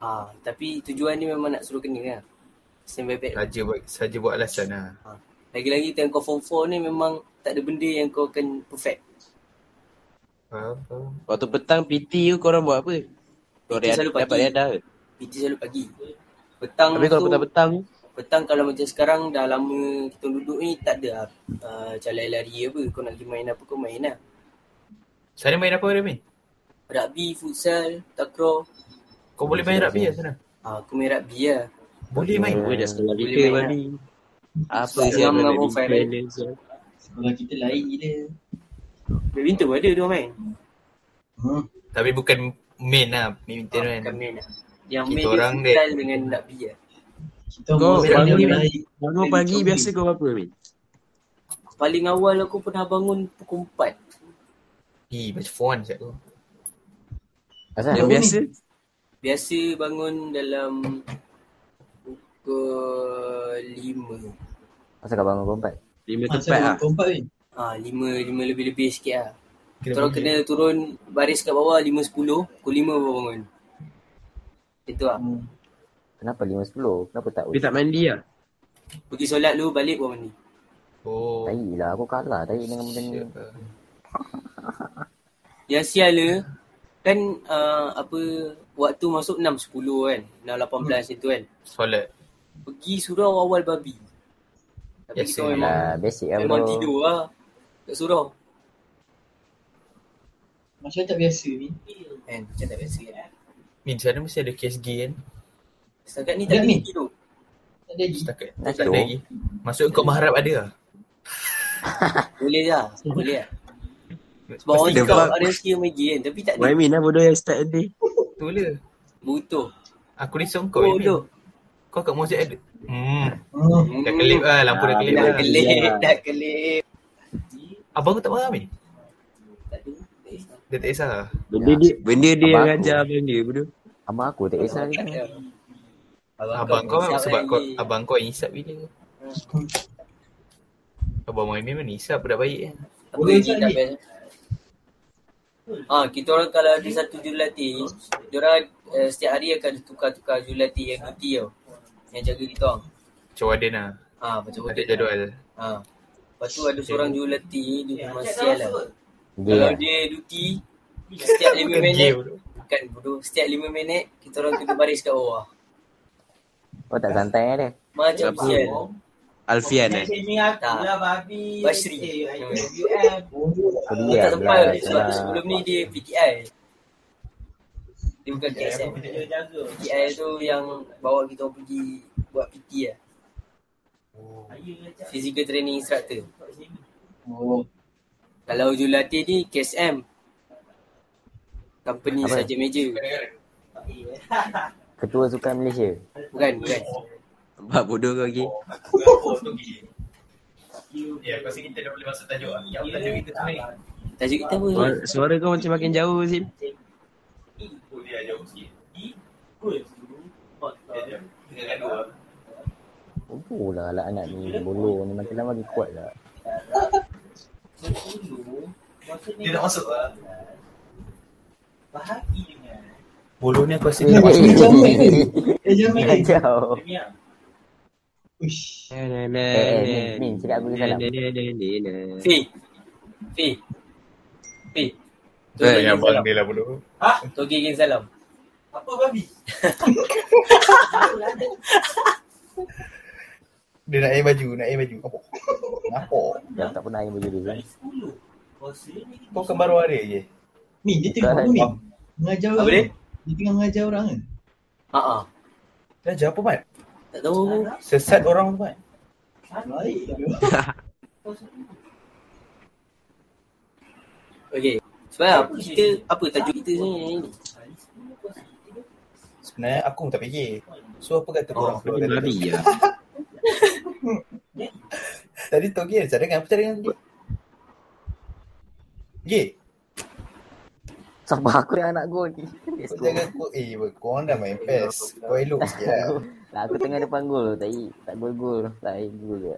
[SPEAKER 2] Ah, tapi tujuan ni memang nak suruh kena lah. Standby bag.
[SPEAKER 4] Saja buat, saja buat alasan lah.
[SPEAKER 2] Lagi-lagi time kau form 4 ni memang tak ada benda yang kau akan perfect.
[SPEAKER 4] Faham, faham.
[SPEAKER 1] Waktu petang PT tu korang buat apa? Kau
[SPEAKER 2] PT
[SPEAKER 1] rea-
[SPEAKER 2] selalu
[SPEAKER 1] dapat
[SPEAKER 2] pagi.
[SPEAKER 1] riadah ke?
[SPEAKER 2] PT selalu pagi. Petang
[SPEAKER 1] Habis kalau
[SPEAKER 2] tu,
[SPEAKER 1] petang-petang
[SPEAKER 2] petang kalau macam sekarang dah lama kita duduk ni tak ada uh, macam lari-lari apa. Kau nak pergi main apa kau main lah.
[SPEAKER 4] Sana main apa dia main?
[SPEAKER 2] Rugby, futsal, takraw.
[SPEAKER 4] Kau boleh main rugby lah sana?
[SPEAKER 2] Ah, aku main rugby lah.
[SPEAKER 4] Boleh main.
[SPEAKER 1] Semua dah sekolah
[SPEAKER 2] Boleh
[SPEAKER 1] kita
[SPEAKER 2] main
[SPEAKER 1] babi. Apa
[SPEAKER 2] Siang
[SPEAKER 1] yang
[SPEAKER 2] dengan
[SPEAKER 1] ada di-
[SPEAKER 2] profile dia.
[SPEAKER 1] dia- dia-
[SPEAKER 7] Sekolah kita lain gila.
[SPEAKER 2] Badminton pun ada dia orang main.
[SPEAKER 7] Hmm.
[SPEAKER 4] Tapi bukan main lah. Badminton
[SPEAKER 2] Ah,
[SPEAKER 4] kan.
[SPEAKER 2] bukan main lah. Yang
[SPEAKER 4] Kita
[SPEAKER 2] main dia
[SPEAKER 4] orang
[SPEAKER 2] futsal dengan rugby lah.
[SPEAKER 7] Kita
[SPEAKER 1] Kau
[SPEAKER 7] orang
[SPEAKER 1] bangun
[SPEAKER 7] lain.
[SPEAKER 1] ni- Bangun pagi biasa kau apa Min?
[SPEAKER 2] Paling awal aku pernah bangun pukul 4.
[SPEAKER 4] Ih, macam fun siap tu.
[SPEAKER 5] Asal?
[SPEAKER 1] Yang biasa?
[SPEAKER 2] Biasa bangun dalam pukul lima.
[SPEAKER 5] Asal kau bangun kompat?
[SPEAKER 1] Lima
[SPEAKER 7] Masa
[SPEAKER 1] tempat lah.
[SPEAKER 7] kompak kan.
[SPEAKER 2] Ah, lima, lima lebih-lebih sikit lah. Kita orang kena turun baris kat bawah lima sepuluh, pukul lima baru bangun. Itu lah.
[SPEAKER 7] Hmm.
[SPEAKER 5] Kenapa 5.10? Kenapa tak?
[SPEAKER 1] Tapi tak mandi lah.
[SPEAKER 2] Pergi solat dulu, balik baru mandi.
[SPEAKER 4] Oh.
[SPEAKER 5] Tai lah. Aku kalah tai dengan benda ni.
[SPEAKER 4] siap lah.
[SPEAKER 2] Yang siala, kan uh, apa waktu masuk enam sepuluh kan, enam lapan belas macam tu kan.
[SPEAKER 4] Solat.
[SPEAKER 2] Pergi surau awal babi. Tapi
[SPEAKER 4] Biasa
[SPEAKER 2] kita memang,
[SPEAKER 5] Alah, basic lah
[SPEAKER 2] memang
[SPEAKER 5] bro.
[SPEAKER 2] tidur lah. Kat surau.
[SPEAKER 7] Macam tak biasa ni.
[SPEAKER 2] Kan, macam tak biasa kan.
[SPEAKER 4] Min, sana mesti ada kes gay kan?
[SPEAKER 2] Setakat ni tak
[SPEAKER 7] Ada
[SPEAKER 2] ada
[SPEAKER 7] ni?
[SPEAKER 2] tidur.
[SPEAKER 7] Tak ada lagi.
[SPEAKER 4] Setakat.
[SPEAKER 5] Nak
[SPEAKER 4] Tak ada
[SPEAKER 5] tu.
[SPEAKER 4] lagi. Maksud kau mengharap ada lah.
[SPEAKER 2] Boleh lah. Boleh lah. Sebab
[SPEAKER 4] Pasti
[SPEAKER 2] orang
[SPEAKER 1] dia
[SPEAKER 2] cakap
[SPEAKER 1] buat-
[SPEAKER 2] ada rezeki yang main game tapi tak ada.
[SPEAKER 1] Why Min lah bodoh yang start tadi?
[SPEAKER 4] Tu lah.
[SPEAKER 2] Butuh.
[SPEAKER 4] Aku risau
[SPEAKER 2] Kau
[SPEAKER 4] kau. Oh,
[SPEAKER 2] duduk.
[SPEAKER 4] Kau kat Mozart ada. Hmm.
[SPEAKER 7] Hmm.
[SPEAKER 4] Dah kelip lah. Lampu dah
[SPEAKER 1] Ah,
[SPEAKER 4] kelip
[SPEAKER 2] Dah
[SPEAKER 4] lah.
[SPEAKER 2] kelip, dah kelip.
[SPEAKER 4] Abang kau tak marah Min?
[SPEAKER 2] Tak ada. Tak kisah.
[SPEAKER 4] Dia tak kisah lah.
[SPEAKER 1] Ya, Benda dia, benda dia
[SPEAKER 5] Abang
[SPEAKER 1] yang
[SPEAKER 5] aku.
[SPEAKER 1] ajar abang dia bodoh.
[SPEAKER 5] Abang aku tak kisah lagi.
[SPEAKER 2] Tak ada.
[SPEAKER 4] Abang kau memang
[SPEAKER 2] insap
[SPEAKER 4] sebab kau
[SPEAKER 2] lagi.
[SPEAKER 4] abang kau insap bila. Abang Moimin memang insap budak baik kan.
[SPEAKER 2] Apa
[SPEAKER 9] Boleh
[SPEAKER 2] yang
[SPEAKER 9] insap
[SPEAKER 2] tak
[SPEAKER 9] ni?
[SPEAKER 2] best? Ah, kita orang kalau ada satu jurulatih, dia orang uh, setiap hari akan tukar-tukar jurulatih yang duty tau. Yang jaga kita orang.
[SPEAKER 4] Macam warden lah.
[SPEAKER 2] Ah, macam
[SPEAKER 4] Ada
[SPEAKER 2] betul.
[SPEAKER 4] jadual.
[SPEAKER 2] Ah. Lepas tu ada seorang jurulatih
[SPEAKER 7] Ya,
[SPEAKER 2] dia memang
[SPEAKER 9] Cakap
[SPEAKER 2] sial lah.
[SPEAKER 9] apa?
[SPEAKER 2] Kalau
[SPEAKER 5] Dia
[SPEAKER 2] dia duty setiap 5
[SPEAKER 4] Bukan
[SPEAKER 2] minit
[SPEAKER 4] game tu.
[SPEAKER 2] bukan bodoh, setiap 5 minit kita orang kena baris kat bawah.
[SPEAKER 5] Kau tak santai lah dia
[SPEAKER 2] Macam
[SPEAKER 1] Siapa?
[SPEAKER 2] sial.
[SPEAKER 1] Alfian eh.
[SPEAKER 9] Messaging aku
[SPEAKER 2] Tak.
[SPEAKER 9] lah babi.
[SPEAKER 2] Basri.
[SPEAKER 9] Eh, I love you, eh.
[SPEAKER 2] Dia
[SPEAKER 5] Kuliah
[SPEAKER 2] tak sempat
[SPEAKER 5] belas
[SPEAKER 2] sebab
[SPEAKER 5] lah.
[SPEAKER 2] sebelum ni dia PTI. Dia bukan
[SPEAKER 9] Aku
[SPEAKER 2] KSM.
[SPEAKER 9] kena jaga.
[SPEAKER 2] PTI tu yang bawa kita orang pergi buat PT lah.
[SPEAKER 9] Saya macam
[SPEAKER 2] Physical Training Instructor.
[SPEAKER 9] kat sini.
[SPEAKER 7] Oh.
[SPEAKER 2] Kalau Julati ni KSM. Company
[SPEAKER 5] Apa?
[SPEAKER 2] saja meja.
[SPEAKER 9] Tak boleh, eh.
[SPEAKER 5] Ketua Sukan Malaysia
[SPEAKER 2] Bukan, bukan.
[SPEAKER 1] Nampak bodoh kau lagi.
[SPEAKER 4] Ya, aku rasa kita dah boleh masuk tajuk lah. Yang
[SPEAKER 9] tajuk kita tu ni.
[SPEAKER 2] Tajuk kita apa?
[SPEAKER 1] Suara, suara kau macam makin jauh Zim.
[SPEAKER 4] Kuliah jauh sikit.
[SPEAKER 9] Ikut dulu. Podcast.
[SPEAKER 4] Dengan gaduh lah.
[SPEAKER 5] Bodoh lah anak anak ni Bolong ni makin lama makin kuat lah [LAUGHS]
[SPEAKER 9] Sepuluh. Masa ni
[SPEAKER 4] Dia nak masuk lah.
[SPEAKER 9] bahagi
[SPEAKER 7] [LAUGHS]
[SPEAKER 9] dengan
[SPEAKER 3] Bolo ni aku rasa dia masuk.
[SPEAKER 7] Eh, jangan main.
[SPEAKER 5] Kacau
[SPEAKER 9] Demi apa?
[SPEAKER 7] Uish.
[SPEAKER 5] Eh, Min, silap aku ke salam?
[SPEAKER 2] Fi. Fi. Fi.
[SPEAKER 1] Eh,
[SPEAKER 2] Togi
[SPEAKER 4] Yang
[SPEAKER 2] geng
[SPEAKER 4] abang
[SPEAKER 2] salam.
[SPEAKER 4] dia lah bodoh.
[SPEAKER 2] Togi geng salam.
[SPEAKER 9] Apa babi?
[SPEAKER 4] Dia nak air baju, nak air baju. Apa?
[SPEAKER 3] Kenapa?
[SPEAKER 5] Dah tak pernah yang baju dia kan
[SPEAKER 9] Kali sepuluh. Puasa ni kita
[SPEAKER 4] Kau kan baru hari je.
[SPEAKER 7] Min, dia tengok apa Min? Mengajar
[SPEAKER 2] Apa
[SPEAKER 7] orang.
[SPEAKER 2] dia?
[SPEAKER 7] Dia tengah mengajar orang
[SPEAKER 9] Oh.
[SPEAKER 7] kan?
[SPEAKER 2] Ha ah.
[SPEAKER 3] Dah jawab apa, Mat?
[SPEAKER 2] Tak tahu.
[SPEAKER 3] Sesat orang, Mat.
[SPEAKER 7] Baik.
[SPEAKER 2] Okey. Sebab apa kita apa tajuk kita ni?
[SPEAKER 3] Sebenarnya aku pun tak fikir. So, apa kata korang?
[SPEAKER 1] Kau ni babi ya.
[SPEAKER 3] Tadi tu gay, saya dengar. Apa saya dengar tadi? Gay,
[SPEAKER 5] Sabar aku dengan anak gol ni
[SPEAKER 3] kau jangan aku. Eh, korang dah main PES. Kau elok sikit [LAUGHS] lah.
[SPEAKER 5] Lah aku tengah depan gol Tak tak gol-gol Tak gol je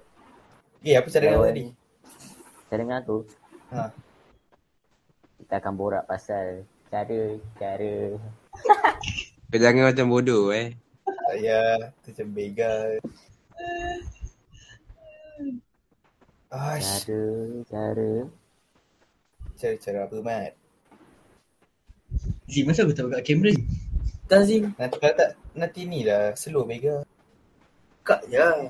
[SPEAKER 3] Gay, apa saya dengar tadi?
[SPEAKER 5] Saya dengar aku
[SPEAKER 3] Ha.
[SPEAKER 5] Kita akan borak pasal Cara Cara
[SPEAKER 1] Kau jangan macam bodoh eh.
[SPEAKER 3] Saya macam begal. Aish,
[SPEAKER 5] Cara Cara
[SPEAKER 3] cara-cara apa, Mat?
[SPEAKER 7] Zee, masa aku tak buka kamera ni?
[SPEAKER 2] Tazim
[SPEAKER 3] Nanti kalau tak, nanti ni lah. Slow begal.
[SPEAKER 2] kak je. lah.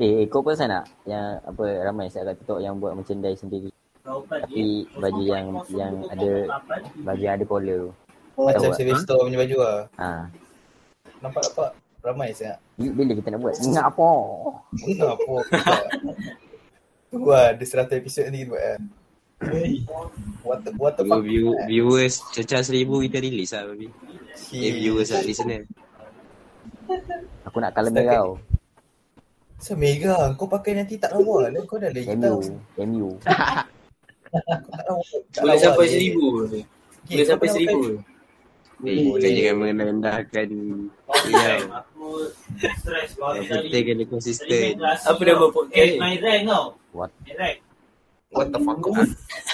[SPEAKER 5] Eh, eh kau pun sana yang apa ramai saya kat TikTok yang buat merchandise sendiri.
[SPEAKER 9] Jawapan dia.
[SPEAKER 5] Tapi baju yang yang ada baju yang ada collar tu.
[SPEAKER 3] Macam
[SPEAKER 5] Tahu tak?
[SPEAKER 3] Savage Store punya baju lah.
[SPEAKER 5] Ha.
[SPEAKER 3] Nampak tak, Pak? Ramai sangat.
[SPEAKER 5] Ni Bila kita nak buat? Nak apa?
[SPEAKER 3] Entah apa. aku tak. Tunggu lah, ada 100 episod nanti kita buat lah. What the, what the
[SPEAKER 1] Kalau
[SPEAKER 3] fuck?
[SPEAKER 1] view, viewers cecah seribu kita release lah babi. Eh viewers lah listener.
[SPEAKER 5] Aku nak kalem
[SPEAKER 3] Setakat-
[SPEAKER 5] kau.
[SPEAKER 3] So Mega, kau pakai nanti tak lawa lah. Kau dah lagi
[SPEAKER 5] MU,
[SPEAKER 3] tahu.
[SPEAKER 5] MU.
[SPEAKER 3] Kau tak lawa. Tak
[SPEAKER 2] Boleh
[SPEAKER 3] lawa
[SPEAKER 2] sampai
[SPEAKER 3] je.
[SPEAKER 2] seribu.
[SPEAKER 3] Okay,
[SPEAKER 2] Boleh
[SPEAKER 3] kau
[SPEAKER 2] sampai
[SPEAKER 3] pernah
[SPEAKER 2] seribu.
[SPEAKER 3] pakai-
[SPEAKER 1] Eh, kau jangan merendahkan. eh,
[SPEAKER 9] Aku- Aku stress baru
[SPEAKER 1] Yang
[SPEAKER 9] tadi.
[SPEAKER 1] penting kena
[SPEAKER 9] Tadi main
[SPEAKER 1] konsisten.
[SPEAKER 9] kelas
[SPEAKER 2] Apa
[SPEAKER 9] tau.
[SPEAKER 2] nama podcast
[SPEAKER 9] Eh,
[SPEAKER 2] ni?
[SPEAKER 9] main rank tau.
[SPEAKER 5] What?
[SPEAKER 9] Main rank.
[SPEAKER 3] kan?
[SPEAKER 4] What the fuck?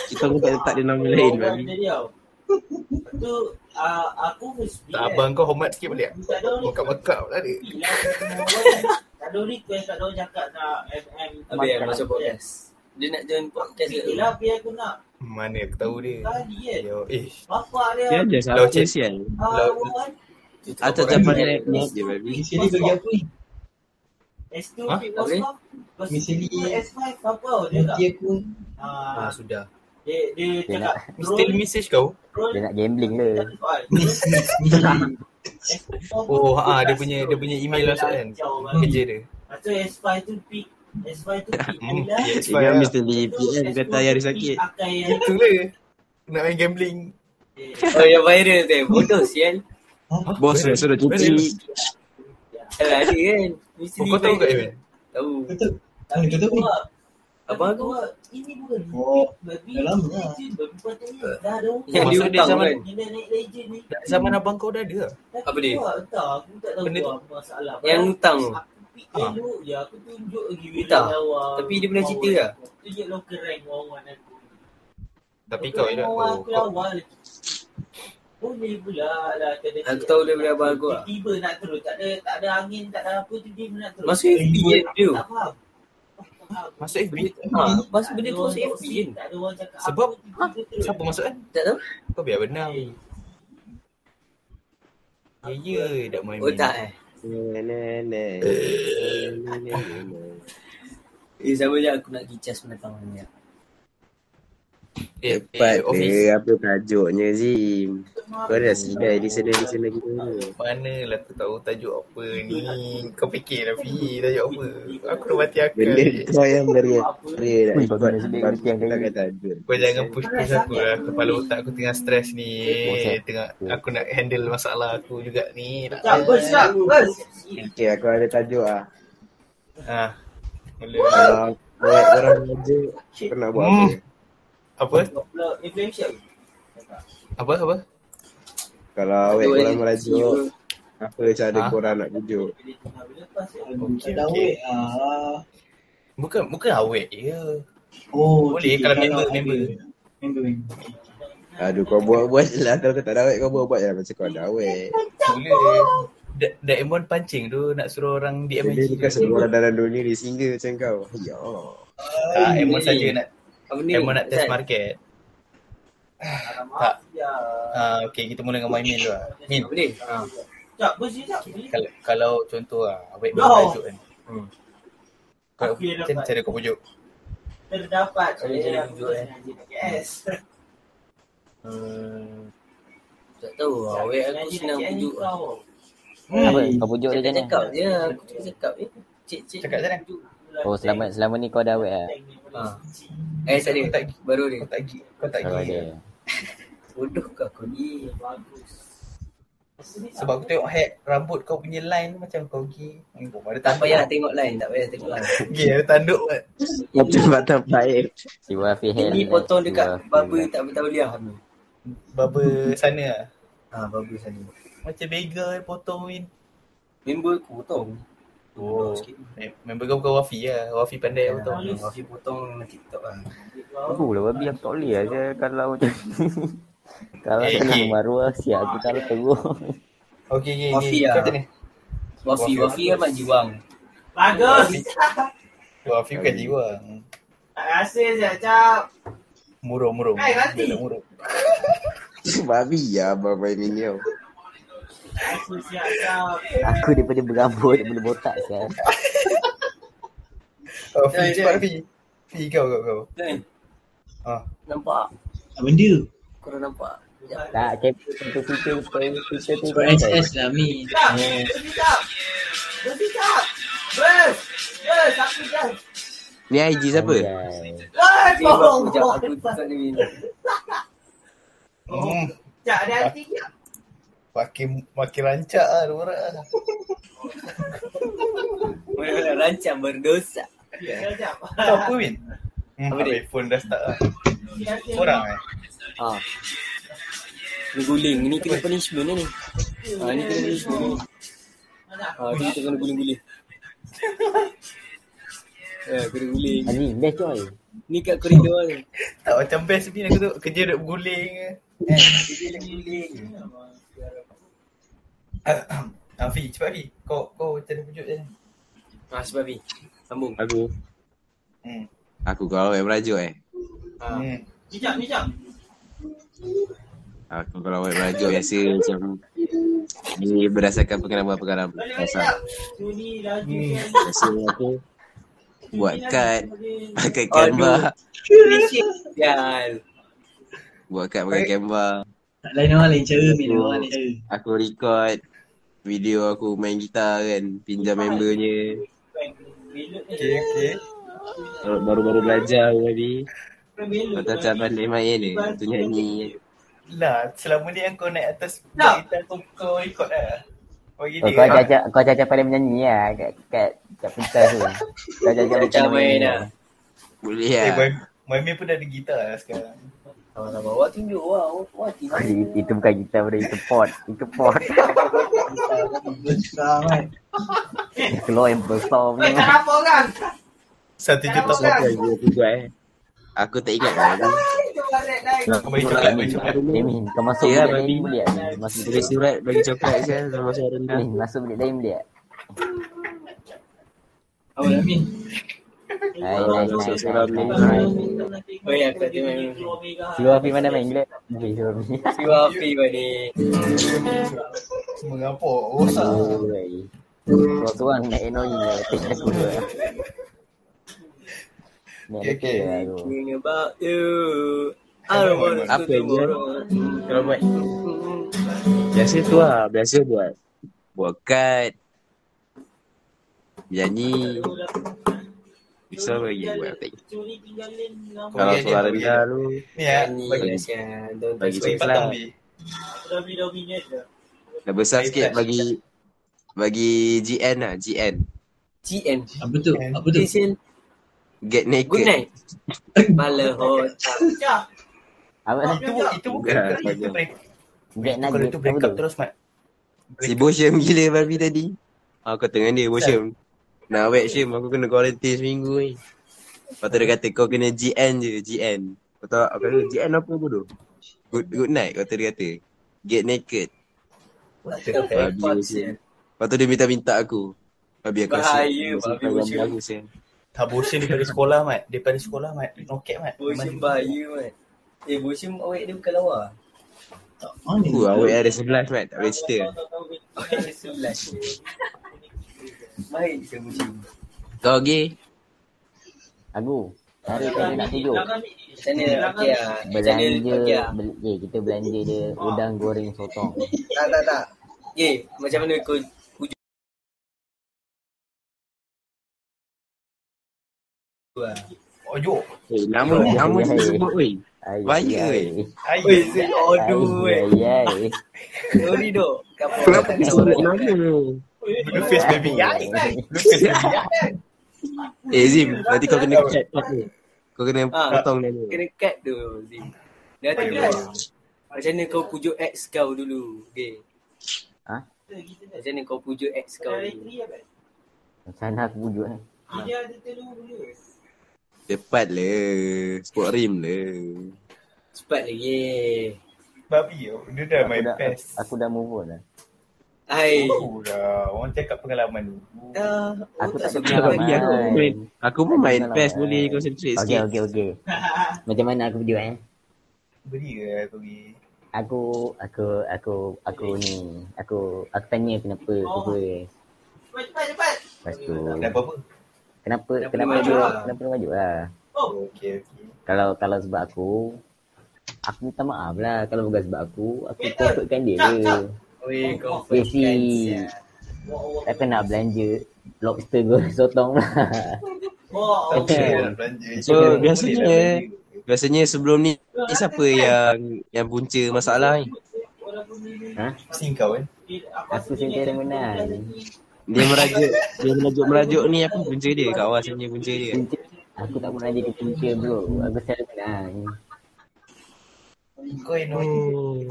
[SPEAKER 1] Kita pun tak letak dia nama lain babi.
[SPEAKER 9] Tadi tau. Lepas tu ah, aku first
[SPEAKER 4] Tak abang kau hormat sikit boleh tak?
[SPEAKER 9] Tak ada orang
[SPEAKER 4] Bokap-bokap lah dia.
[SPEAKER 9] request lah, semua orang. Tak ada orang request, tak ada orang cakap nak FM.
[SPEAKER 2] Habis yang masuk podcast. lah. Dia nak join podcast ke?
[SPEAKER 9] Yelah, lah, biar aku nak.
[SPEAKER 4] Mana aku tahu dia.
[SPEAKER 9] Kali kan.
[SPEAKER 2] Ya.
[SPEAKER 4] Yo, eh.
[SPEAKER 9] Bapak dia.
[SPEAKER 1] Dia ada kan?
[SPEAKER 4] Lau
[SPEAKER 1] siapa
[SPEAKER 4] cek.
[SPEAKER 1] sial.
[SPEAKER 9] Ah,
[SPEAKER 2] lah.
[SPEAKER 4] Lau-
[SPEAKER 9] Wan.
[SPEAKER 1] Atas japan naik naik je babi.
[SPEAKER 7] Miss Sally bagi apa ni?
[SPEAKER 9] S2
[SPEAKER 4] Ha?
[SPEAKER 9] Fit
[SPEAKER 2] Tak boleh?
[SPEAKER 9] Whatsapp. Lepas
[SPEAKER 7] Miss
[SPEAKER 9] tu
[SPEAKER 7] Lee.
[SPEAKER 9] S5 apa dia tak?
[SPEAKER 7] Nanti aku
[SPEAKER 9] Ah,
[SPEAKER 4] Ah, sudah.
[SPEAKER 9] Dia dia
[SPEAKER 5] Dia
[SPEAKER 9] cakap
[SPEAKER 4] Still
[SPEAKER 9] drone
[SPEAKER 4] message kau?
[SPEAKER 9] drone
[SPEAKER 5] Dia nak gambling ke?
[SPEAKER 9] tak ada soal.
[SPEAKER 7] Miss Miss Lee.
[SPEAKER 4] [LAUGHS] Oh, ha, dia punya dia punya email masuk kan. Kerja dia.
[SPEAKER 9] Lepas tu S5 tu pick S5 tu pick
[SPEAKER 4] Hmm.
[SPEAKER 9] Ella.
[SPEAKER 4] Yes,
[SPEAKER 1] Dia
[SPEAKER 4] fine.
[SPEAKER 1] Mr. Lee PM kata yang ada sakit.
[SPEAKER 9] Akan yang
[SPEAKER 4] Itu lah. Nak main gambling.
[SPEAKER 9] eh,
[SPEAKER 2] Oh yang viral tu. Bodoh sial.
[SPEAKER 1] Bos dah suruh cuti.
[SPEAKER 2] Alah ada kan. Mesti
[SPEAKER 4] Oh, kau tahu kat Ewan?
[SPEAKER 2] Tahu.
[SPEAKER 7] Kau tahu? Ah, Kau tahu ni?
[SPEAKER 9] Sebab
[SPEAKER 2] Abang aku
[SPEAKER 9] Ini bukan
[SPEAKER 7] Oh,
[SPEAKER 9] Babi
[SPEAKER 7] dah lama lah.
[SPEAKER 9] legend, Babi patah ni Dah ada orang
[SPEAKER 2] Yang dia
[SPEAKER 4] Maksud dia
[SPEAKER 2] hutang
[SPEAKER 4] zaman-
[SPEAKER 2] kan
[SPEAKER 9] Yang dah naik legend ni
[SPEAKER 4] Dari zaman abang kau dah ada lah.
[SPEAKER 9] Tapi
[SPEAKER 2] Apa dia?
[SPEAKER 9] tu lah, Entah aku tak tahu
[SPEAKER 4] Benda
[SPEAKER 9] Benda
[SPEAKER 4] tu.
[SPEAKER 9] apa masalah
[SPEAKER 2] Yang hutang tu.
[SPEAKER 9] Aku pick dulu Ya aku tunjuk lagi bila
[SPEAKER 2] Hutang.
[SPEAKER 9] lawan
[SPEAKER 2] Tapi dia pernah cerita
[SPEAKER 9] lawan
[SPEAKER 2] lah.
[SPEAKER 9] aku. Tunjuk local rank wawan aku
[SPEAKER 4] Tapi kau
[SPEAKER 9] Local
[SPEAKER 4] elok
[SPEAKER 9] rank
[SPEAKER 4] oh,
[SPEAKER 9] wawan aku
[SPEAKER 4] kau.
[SPEAKER 9] lawan lagi. Boleh pula lah tak ada-
[SPEAKER 2] Aku tahu daripada abang aku lah.
[SPEAKER 9] Tiba-tiba nak terus Tak ada, tak ada angin Tak ada apa tu Dia nak terus
[SPEAKER 2] Masuk FB je dia
[SPEAKER 9] Tak faham
[SPEAKER 4] Masuk FB
[SPEAKER 2] Ha, Masa benda tu masuk FB kan
[SPEAKER 9] Tak ada orang cakap
[SPEAKER 4] Sebab-
[SPEAKER 9] apa, tiba-tiba terus. Eh,
[SPEAKER 4] Siapa masuk kan?
[SPEAKER 2] Tak tahu
[SPEAKER 4] Kau biar benar Ya ya tak main
[SPEAKER 2] Oh tak eh Eh sama je aku nak kicas menatang ni
[SPEAKER 4] Eh, eh
[SPEAKER 1] Cepat
[SPEAKER 4] office
[SPEAKER 1] dia apa tajuknya Zim Kau dah sedai di sana di sana kita
[SPEAKER 4] Mana lah aku tahu tajuk apa ni Kau fikir lah Fi tajuk apa Aku dah mati akal
[SPEAKER 1] Benda kau yang beri Beri nak
[SPEAKER 5] Ui,
[SPEAKER 1] ikut
[SPEAKER 5] kau kena sedih
[SPEAKER 1] Kau
[SPEAKER 5] dengan tiang
[SPEAKER 1] tak
[SPEAKER 5] tadi.
[SPEAKER 1] kata tajuk
[SPEAKER 4] Kau jangan push push aku lah Kepala otak aku tengah stres ni Tengah Aku nak handle masalah aku juga ni
[SPEAKER 9] Tak, bos, tak, bos
[SPEAKER 1] Okay aku ada tajuk ah
[SPEAKER 4] Ha Mula
[SPEAKER 1] Kalau kau orang kerja Kau nak buat apa
[SPEAKER 4] Hmm. Apa?
[SPEAKER 9] Kalau inflation
[SPEAKER 4] Apa? Apa?
[SPEAKER 1] Kalau awet
[SPEAKER 2] Tajuk
[SPEAKER 4] eh.
[SPEAKER 1] korang
[SPEAKER 2] ni. E
[SPEAKER 1] merajuk Apa cara
[SPEAKER 4] Ha?
[SPEAKER 1] korang nak pujuk
[SPEAKER 9] Bila tengah lepas ya
[SPEAKER 4] Okey,
[SPEAKER 7] Tak
[SPEAKER 4] okey.
[SPEAKER 7] okay. ah.
[SPEAKER 4] Bukan bukan awet je.
[SPEAKER 7] Oh,
[SPEAKER 4] Boleh, kalau member,
[SPEAKER 7] ada.
[SPEAKER 4] member.
[SPEAKER 7] Member, member.
[SPEAKER 1] Aduh kau buat-buat lah Kalau kau tak ada awet kau buat-buat lah Macam kau ada awet
[SPEAKER 4] Mula Da- Daemon pancing tu nak suruh orang DM
[SPEAKER 1] Benda ni kan
[SPEAKER 4] IG.
[SPEAKER 1] semua orang dalam dunia ni single macam kau Ya
[SPEAKER 4] Tak, Emon Ah, saja nak
[SPEAKER 2] Apa ni?
[SPEAKER 4] Emon nak test
[SPEAKER 2] Ustaz?
[SPEAKER 4] market.
[SPEAKER 9] Tak
[SPEAKER 4] Ah, okay, kita mula dengan Maimin dulu lah. Min,
[SPEAKER 2] Apa ni? Ha.
[SPEAKER 9] Tak, bos dia tak Boleh
[SPEAKER 4] kalau, kalau contoh lah, awet
[SPEAKER 9] No.
[SPEAKER 4] no. tajuk kan. Hmm. Kalau,
[SPEAKER 9] Okey,
[SPEAKER 4] macam
[SPEAKER 9] dapat.
[SPEAKER 4] cara kau pujuk?
[SPEAKER 9] Terdapat
[SPEAKER 2] Saya
[SPEAKER 9] Eh,
[SPEAKER 2] jadi
[SPEAKER 9] aku
[SPEAKER 2] tunjuk, eh.
[SPEAKER 9] sengaja pakai S
[SPEAKER 2] Tak tahu lah Awek aku senang pujuk lah.
[SPEAKER 9] Hmm.
[SPEAKER 7] Hmm.
[SPEAKER 5] Apa? Kau pujuk dia
[SPEAKER 2] Cakap
[SPEAKER 5] macam mana?
[SPEAKER 2] cakap je Aku cakap cakap je Cik cik
[SPEAKER 4] Cakap eh? macam mana?
[SPEAKER 5] Oh,
[SPEAKER 9] lah.
[SPEAKER 5] selama, selama ni kau dah awet lah.
[SPEAKER 2] Ah. Eh tadi
[SPEAKER 4] Kau tak,
[SPEAKER 2] Baru ni
[SPEAKER 4] kau tak gi, kau tak
[SPEAKER 5] Kalau
[SPEAKER 4] gi.
[SPEAKER 5] ada.
[SPEAKER 2] Bodoh ke aku ni
[SPEAKER 4] Sebab aku tengok hair rambut kau punya line tu macam kau gi. Hmm, oh, ada
[SPEAKER 2] Tak
[SPEAKER 4] tanduk.
[SPEAKER 2] payah tengok line Tak payah tengok line
[SPEAKER 4] Gi, ada tanduk kan.
[SPEAKER 1] Kau cuma tak baik
[SPEAKER 5] Si Wafi eh. Hel.
[SPEAKER 2] Ini potong dekat Baba tak bertahu dia
[SPEAKER 4] Baba sana lah.
[SPEAKER 2] Ha Baba sana
[SPEAKER 4] Macam bega yang potong Min.
[SPEAKER 2] Member aku potong
[SPEAKER 4] Oh, mem- member kau bukan Wafi lah. Wafi pandai yang potong.
[SPEAKER 2] Potong Ah, Wafi potong TikTok lah
[SPEAKER 5] Aku lah babi aku tak boleh lah je kalau macam ni. [LAUGHS] Kalau
[SPEAKER 4] Eh,
[SPEAKER 5] kena
[SPEAKER 4] eh.
[SPEAKER 5] maruah siap aku tak teruk. [LAUGHS]
[SPEAKER 4] Okey, okey,
[SPEAKER 2] Wafi
[SPEAKER 4] okey.
[SPEAKER 2] lah.
[SPEAKER 4] Kau macam ni?
[SPEAKER 2] Wafi Wafi kan mak jiwang
[SPEAKER 9] Bagus
[SPEAKER 4] Wafi bukan jiwa.
[SPEAKER 9] Tak rasa je, Cap
[SPEAKER 4] Murung, murung.
[SPEAKER 9] Eh, mati.
[SPEAKER 4] Dia nak murung.
[SPEAKER 1] [LAUGHS] Babi ya abang main ni kau
[SPEAKER 9] Aku siap, Cap
[SPEAKER 5] Aku daripada berambut daripada botak siap.
[SPEAKER 4] Oh, Fi,
[SPEAKER 2] Jom,
[SPEAKER 4] cepat
[SPEAKER 2] jom.
[SPEAKER 4] Fi. Fi, kau, kau, kau.
[SPEAKER 2] Kan
[SPEAKER 4] Ah.
[SPEAKER 2] Nampak
[SPEAKER 7] Apa benda?
[SPEAKER 2] Korang nampak
[SPEAKER 5] Tak capture capture situ capture situ tu.
[SPEAKER 7] Kau SS lah, Min.
[SPEAKER 9] Cap, berhenti, Cap Berhenti, Cap Bos Bos, aku dah
[SPEAKER 1] Ni IG siapa?
[SPEAKER 5] Anjay.
[SPEAKER 9] Bos,
[SPEAKER 2] Eh,
[SPEAKER 9] bohong
[SPEAKER 2] Aku jap, aku tak ni
[SPEAKER 4] Hmm,
[SPEAKER 9] Cap, ada hati, Cap
[SPEAKER 4] makin, makin rancak lah dia orang. lah.
[SPEAKER 2] Orang rancang berdosa
[SPEAKER 9] Ya, Cap
[SPEAKER 4] Kau apa, Min? Hmm,
[SPEAKER 2] Apa dia?
[SPEAKER 4] habis phone dah start lah. Korang eh?
[SPEAKER 2] Ha. Ni guling. Ni kena punishment ni. Ha, ni kena punishment ni. Ha, tu kita kena guling-guling. Eh, kena guling.
[SPEAKER 5] Ani best coy.
[SPEAKER 2] Ni kat koridor ni.
[SPEAKER 4] Tak macam best Min aku tu. Kerja duduk guling ke. Eh, kerja duduk guling. [COUGHS] Ah, Fi, cepat Fi. Kau, kau macam mana pujuk je.
[SPEAKER 2] Ha, sebab ni. Sambung.
[SPEAKER 1] Aku
[SPEAKER 4] Hmm.
[SPEAKER 1] Aku kalau awet merajuk eh
[SPEAKER 2] Ha.
[SPEAKER 4] Hmm.
[SPEAKER 9] Jejak, jejak
[SPEAKER 1] Aku kalau awet merajuk biasa macam Ni berdasarkan pengalaman-pengalaman Biasa
[SPEAKER 9] Suni laju
[SPEAKER 7] Hmm.
[SPEAKER 9] lah, kan.
[SPEAKER 1] Biasa aku Buat kad Pakai
[SPEAKER 2] Aduh.
[SPEAKER 1] Canva
[SPEAKER 2] Sial.
[SPEAKER 1] Buat kad pakai Canva
[SPEAKER 7] Tak lain orang lain cara, Min. Orang lain cara.
[SPEAKER 1] Aku record Video aku main gitar kan Pinjam membernya
[SPEAKER 9] Belok dia.
[SPEAKER 4] Okay, okay.
[SPEAKER 1] Baru-baru belajar aku tadi Kau
[SPEAKER 9] Belok.
[SPEAKER 7] kan?
[SPEAKER 1] tahu macam pandai main ni Tu nyanyi
[SPEAKER 4] Lah, selama ni yang kau naik atas
[SPEAKER 9] Tak.
[SPEAKER 4] kita kau, kau record lah. Bagi
[SPEAKER 5] Oh,
[SPEAKER 4] dia.
[SPEAKER 5] kau jajak kau ya? jajak paling menyanyi lah kat kat kat pentas tu. Kau jajak
[SPEAKER 2] Macam main lah.
[SPEAKER 1] Boleh
[SPEAKER 3] Eh,
[SPEAKER 1] lah.
[SPEAKER 3] Moim- Moimin pun dah ada gitar lah sekarang.
[SPEAKER 2] Sama-sama. Awak tunjuk lah. Awak- Awak tiba.
[SPEAKER 5] Itu- Itu bukan gitar bro, itu pot. Itu pot. [LAUGHS]
[SPEAKER 7] Besar kan.
[SPEAKER 5] Keluar yang besar
[SPEAKER 9] Weh,
[SPEAKER 5] punya.
[SPEAKER 9] tak apa orang.
[SPEAKER 3] Satu juta
[SPEAKER 9] Kalau
[SPEAKER 1] Siapa yang dia buat eh? Aku tak ingat lah.
[SPEAKER 9] Hai, tu balik lain.
[SPEAKER 3] Kembali coklat, kembali coklat.
[SPEAKER 5] Demi, kau masuk
[SPEAKER 1] Ya,
[SPEAKER 5] bilik
[SPEAKER 1] babi.
[SPEAKER 5] lain boleh tak? ni? Masuk
[SPEAKER 1] Tulis
[SPEAKER 5] bilik
[SPEAKER 1] surat bagi coklat kan sama saya rendah.
[SPEAKER 5] ni, masuk bilik lain boleh tak?
[SPEAKER 7] Awal Amin.
[SPEAKER 5] Hai, nice,
[SPEAKER 1] Masuk
[SPEAKER 5] nice,
[SPEAKER 1] surat
[SPEAKER 5] nice,
[SPEAKER 1] ni.
[SPEAKER 5] nice.
[SPEAKER 2] Oh ya, aku tak tengok ni.
[SPEAKER 9] lah.
[SPEAKER 5] Seluruh api mana main gila? Boleh seluruh api.
[SPEAKER 2] Siwa Afi pun ni.
[SPEAKER 3] Singapura, rosak.
[SPEAKER 4] Oh,
[SPEAKER 5] Seluruh seorang nak annoying lah. Take aku tu lah. Nak
[SPEAKER 3] Okay, okay.
[SPEAKER 5] lah tu.
[SPEAKER 2] Thinking about you. I don't want to
[SPEAKER 1] Apa je?
[SPEAKER 2] tomorrow.
[SPEAKER 1] Kalau buat. Biasa tu lah. Biasa buat. Buat kad. Nyanyi. Bisa bagi buat. tak ingat. Kalau
[SPEAKER 3] Okey,
[SPEAKER 1] surat
[SPEAKER 3] okey,
[SPEAKER 1] rendah tu.
[SPEAKER 3] Ni
[SPEAKER 4] eh,
[SPEAKER 3] ya,
[SPEAKER 2] Ni
[SPEAKER 3] bagi
[SPEAKER 2] kasihan. Don't
[SPEAKER 1] Bagi
[SPEAKER 2] touch
[SPEAKER 1] coklat.
[SPEAKER 2] my
[SPEAKER 3] patang
[SPEAKER 1] lah.
[SPEAKER 3] B.
[SPEAKER 1] Dah besar
[SPEAKER 3] Bagi
[SPEAKER 1] sikit
[SPEAKER 3] touch.
[SPEAKER 1] bagi bagi GN lah. GN.
[SPEAKER 2] GN.
[SPEAKER 7] Apa tu? Apa tu?
[SPEAKER 2] Listen.
[SPEAKER 1] Get
[SPEAKER 2] Good
[SPEAKER 1] naked. [LAUGHS]
[SPEAKER 2] night. Malam hot.
[SPEAKER 9] Jah,
[SPEAKER 5] Apa ni?
[SPEAKER 3] Itu itu bukan
[SPEAKER 1] Dah,
[SPEAKER 3] kalau itu
[SPEAKER 1] panjang.
[SPEAKER 3] break.
[SPEAKER 5] Black Nugget.
[SPEAKER 3] Kalau itu break
[SPEAKER 5] apa
[SPEAKER 3] up
[SPEAKER 5] tu?
[SPEAKER 3] terus mat.
[SPEAKER 1] Si Bosham gila Barbie tadi. Aku tengah dia Bosham. Nak awet Syam aku kena quarantine seminggu ni. Lepas tu dia kata kau kena GN je, GN. Kau tahu aku kata GN apa bodoh? Good, good night kau tu dia kata. Get naked. Babi Bosham. Lepas tu dia minta-minta aku. Babi aku
[SPEAKER 2] Bahaya, Babi
[SPEAKER 1] Babi
[SPEAKER 2] Bosham.
[SPEAKER 1] aku Syam.
[SPEAKER 3] Tabosin daripada sekolah mat, daripada sekolah mat, noket mat. Memang-
[SPEAKER 2] Bosim bahaya kan. Eh, Bosim awet dia bukan lawa.
[SPEAKER 7] Tak mana.
[SPEAKER 1] Aku awet ada sebelas mat, tak boleh cerita.
[SPEAKER 2] Awet dia sebelas. Baik saya Bosim.
[SPEAKER 1] Kau gay?
[SPEAKER 5] Aku. Hari tadi nak tidur.
[SPEAKER 2] Macam mana? Okey lah. Macam mana?
[SPEAKER 5] Belanja,
[SPEAKER 2] Okey lah.
[SPEAKER 5] bel- eh, kita belanja dia udang goreng sotong.
[SPEAKER 2] Tak, tak, tak. Eh, macam mana kau wujud? Wah.
[SPEAKER 3] Ojo.
[SPEAKER 1] Eh, nama
[SPEAKER 5] Bahaya.
[SPEAKER 1] nama dia sebut weh.
[SPEAKER 5] Ay,
[SPEAKER 1] Bahaya,
[SPEAKER 5] ay,
[SPEAKER 1] weh.
[SPEAKER 3] Ai.
[SPEAKER 2] Oi, saya order
[SPEAKER 5] ay,
[SPEAKER 2] weh.
[SPEAKER 5] ay, ay.
[SPEAKER 2] Sorry dok. Kapal.
[SPEAKER 1] Kenapa dia sebut nama?
[SPEAKER 3] Blue face baby. Ai. Blue face baby.
[SPEAKER 1] Eh Zim, nanti kau kena cut part ni. Kau kena
[SPEAKER 2] Ah.
[SPEAKER 1] potong dia ni.
[SPEAKER 2] Kena cut tu, Zim. Dah tu
[SPEAKER 3] Boleh,
[SPEAKER 2] guys. Macam mana kau pujuk ex kau dulu? Okay.
[SPEAKER 5] Ha?
[SPEAKER 2] Macam mana kau pujuk ex kau dulu?
[SPEAKER 5] Macam mana aku eh. wujud ni?
[SPEAKER 1] Cepat le. Spot rim le.
[SPEAKER 2] Cepat lagi.
[SPEAKER 3] Babi. oh. Dia dah
[SPEAKER 5] Aku
[SPEAKER 3] main
[SPEAKER 5] dah,
[SPEAKER 3] pes.
[SPEAKER 5] aku dah move on lah.
[SPEAKER 2] Hai.
[SPEAKER 3] Aku dah. Orang cakap pengalaman dulu.
[SPEAKER 2] Ah,
[SPEAKER 5] Aku tak
[SPEAKER 2] suka
[SPEAKER 5] ada
[SPEAKER 1] Aku
[SPEAKER 5] pengalaman.
[SPEAKER 2] lagi.
[SPEAKER 1] aku pun main, aku pun main
[SPEAKER 5] Main.
[SPEAKER 1] PES boleh concentrate
[SPEAKER 5] Okey,
[SPEAKER 1] sikit.
[SPEAKER 5] okey,
[SPEAKER 9] [LAUGHS]
[SPEAKER 5] okey. Macam mana aku wujud eh?
[SPEAKER 3] Beri ke aku pergi.
[SPEAKER 5] Aku, aku, aku, aku ni. Aku, aku tanya kenapa, kenapa.
[SPEAKER 9] Oh. cepat cepat cepat.
[SPEAKER 5] Lepas tu,
[SPEAKER 3] Dah apa-apa?
[SPEAKER 5] kenapa,
[SPEAKER 2] Kenapa
[SPEAKER 5] kenapa
[SPEAKER 2] maju
[SPEAKER 5] dia,
[SPEAKER 2] lah?
[SPEAKER 5] kenapa dia maju lah.
[SPEAKER 3] Oh, Okey, okey.
[SPEAKER 5] Kalau, kalau sebab aku, aku minta maaf lah. Kalau bukan sebab aku, aku comfortkan dia je.
[SPEAKER 2] Weh, kau
[SPEAKER 5] Eh, si.
[SPEAKER 2] firstkan sial.
[SPEAKER 5] Aku nak belanja lobster goreng [LAUGHS] sotong lah.
[SPEAKER 9] Oh,
[SPEAKER 5] Okey.
[SPEAKER 3] Okey, dah belanja.
[SPEAKER 1] So,
[SPEAKER 3] Boleh lah
[SPEAKER 1] biasanya-
[SPEAKER 3] belanja.
[SPEAKER 1] Biasanya sebelum ni, ni siapa yang yang punca masalah ni?
[SPEAKER 3] Pusing kau kan?
[SPEAKER 5] Ha? Aku sentiasa menang.
[SPEAKER 1] Dia merajuk, dia merajuk-merajuk ni aku punca dia. Kat awal sebenarnya punca dia.
[SPEAKER 5] Punca, aku tak pernah jadi punca bro. Aku selalu menang.
[SPEAKER 3] Kau annoying.
[SPEAKER 1] Oh.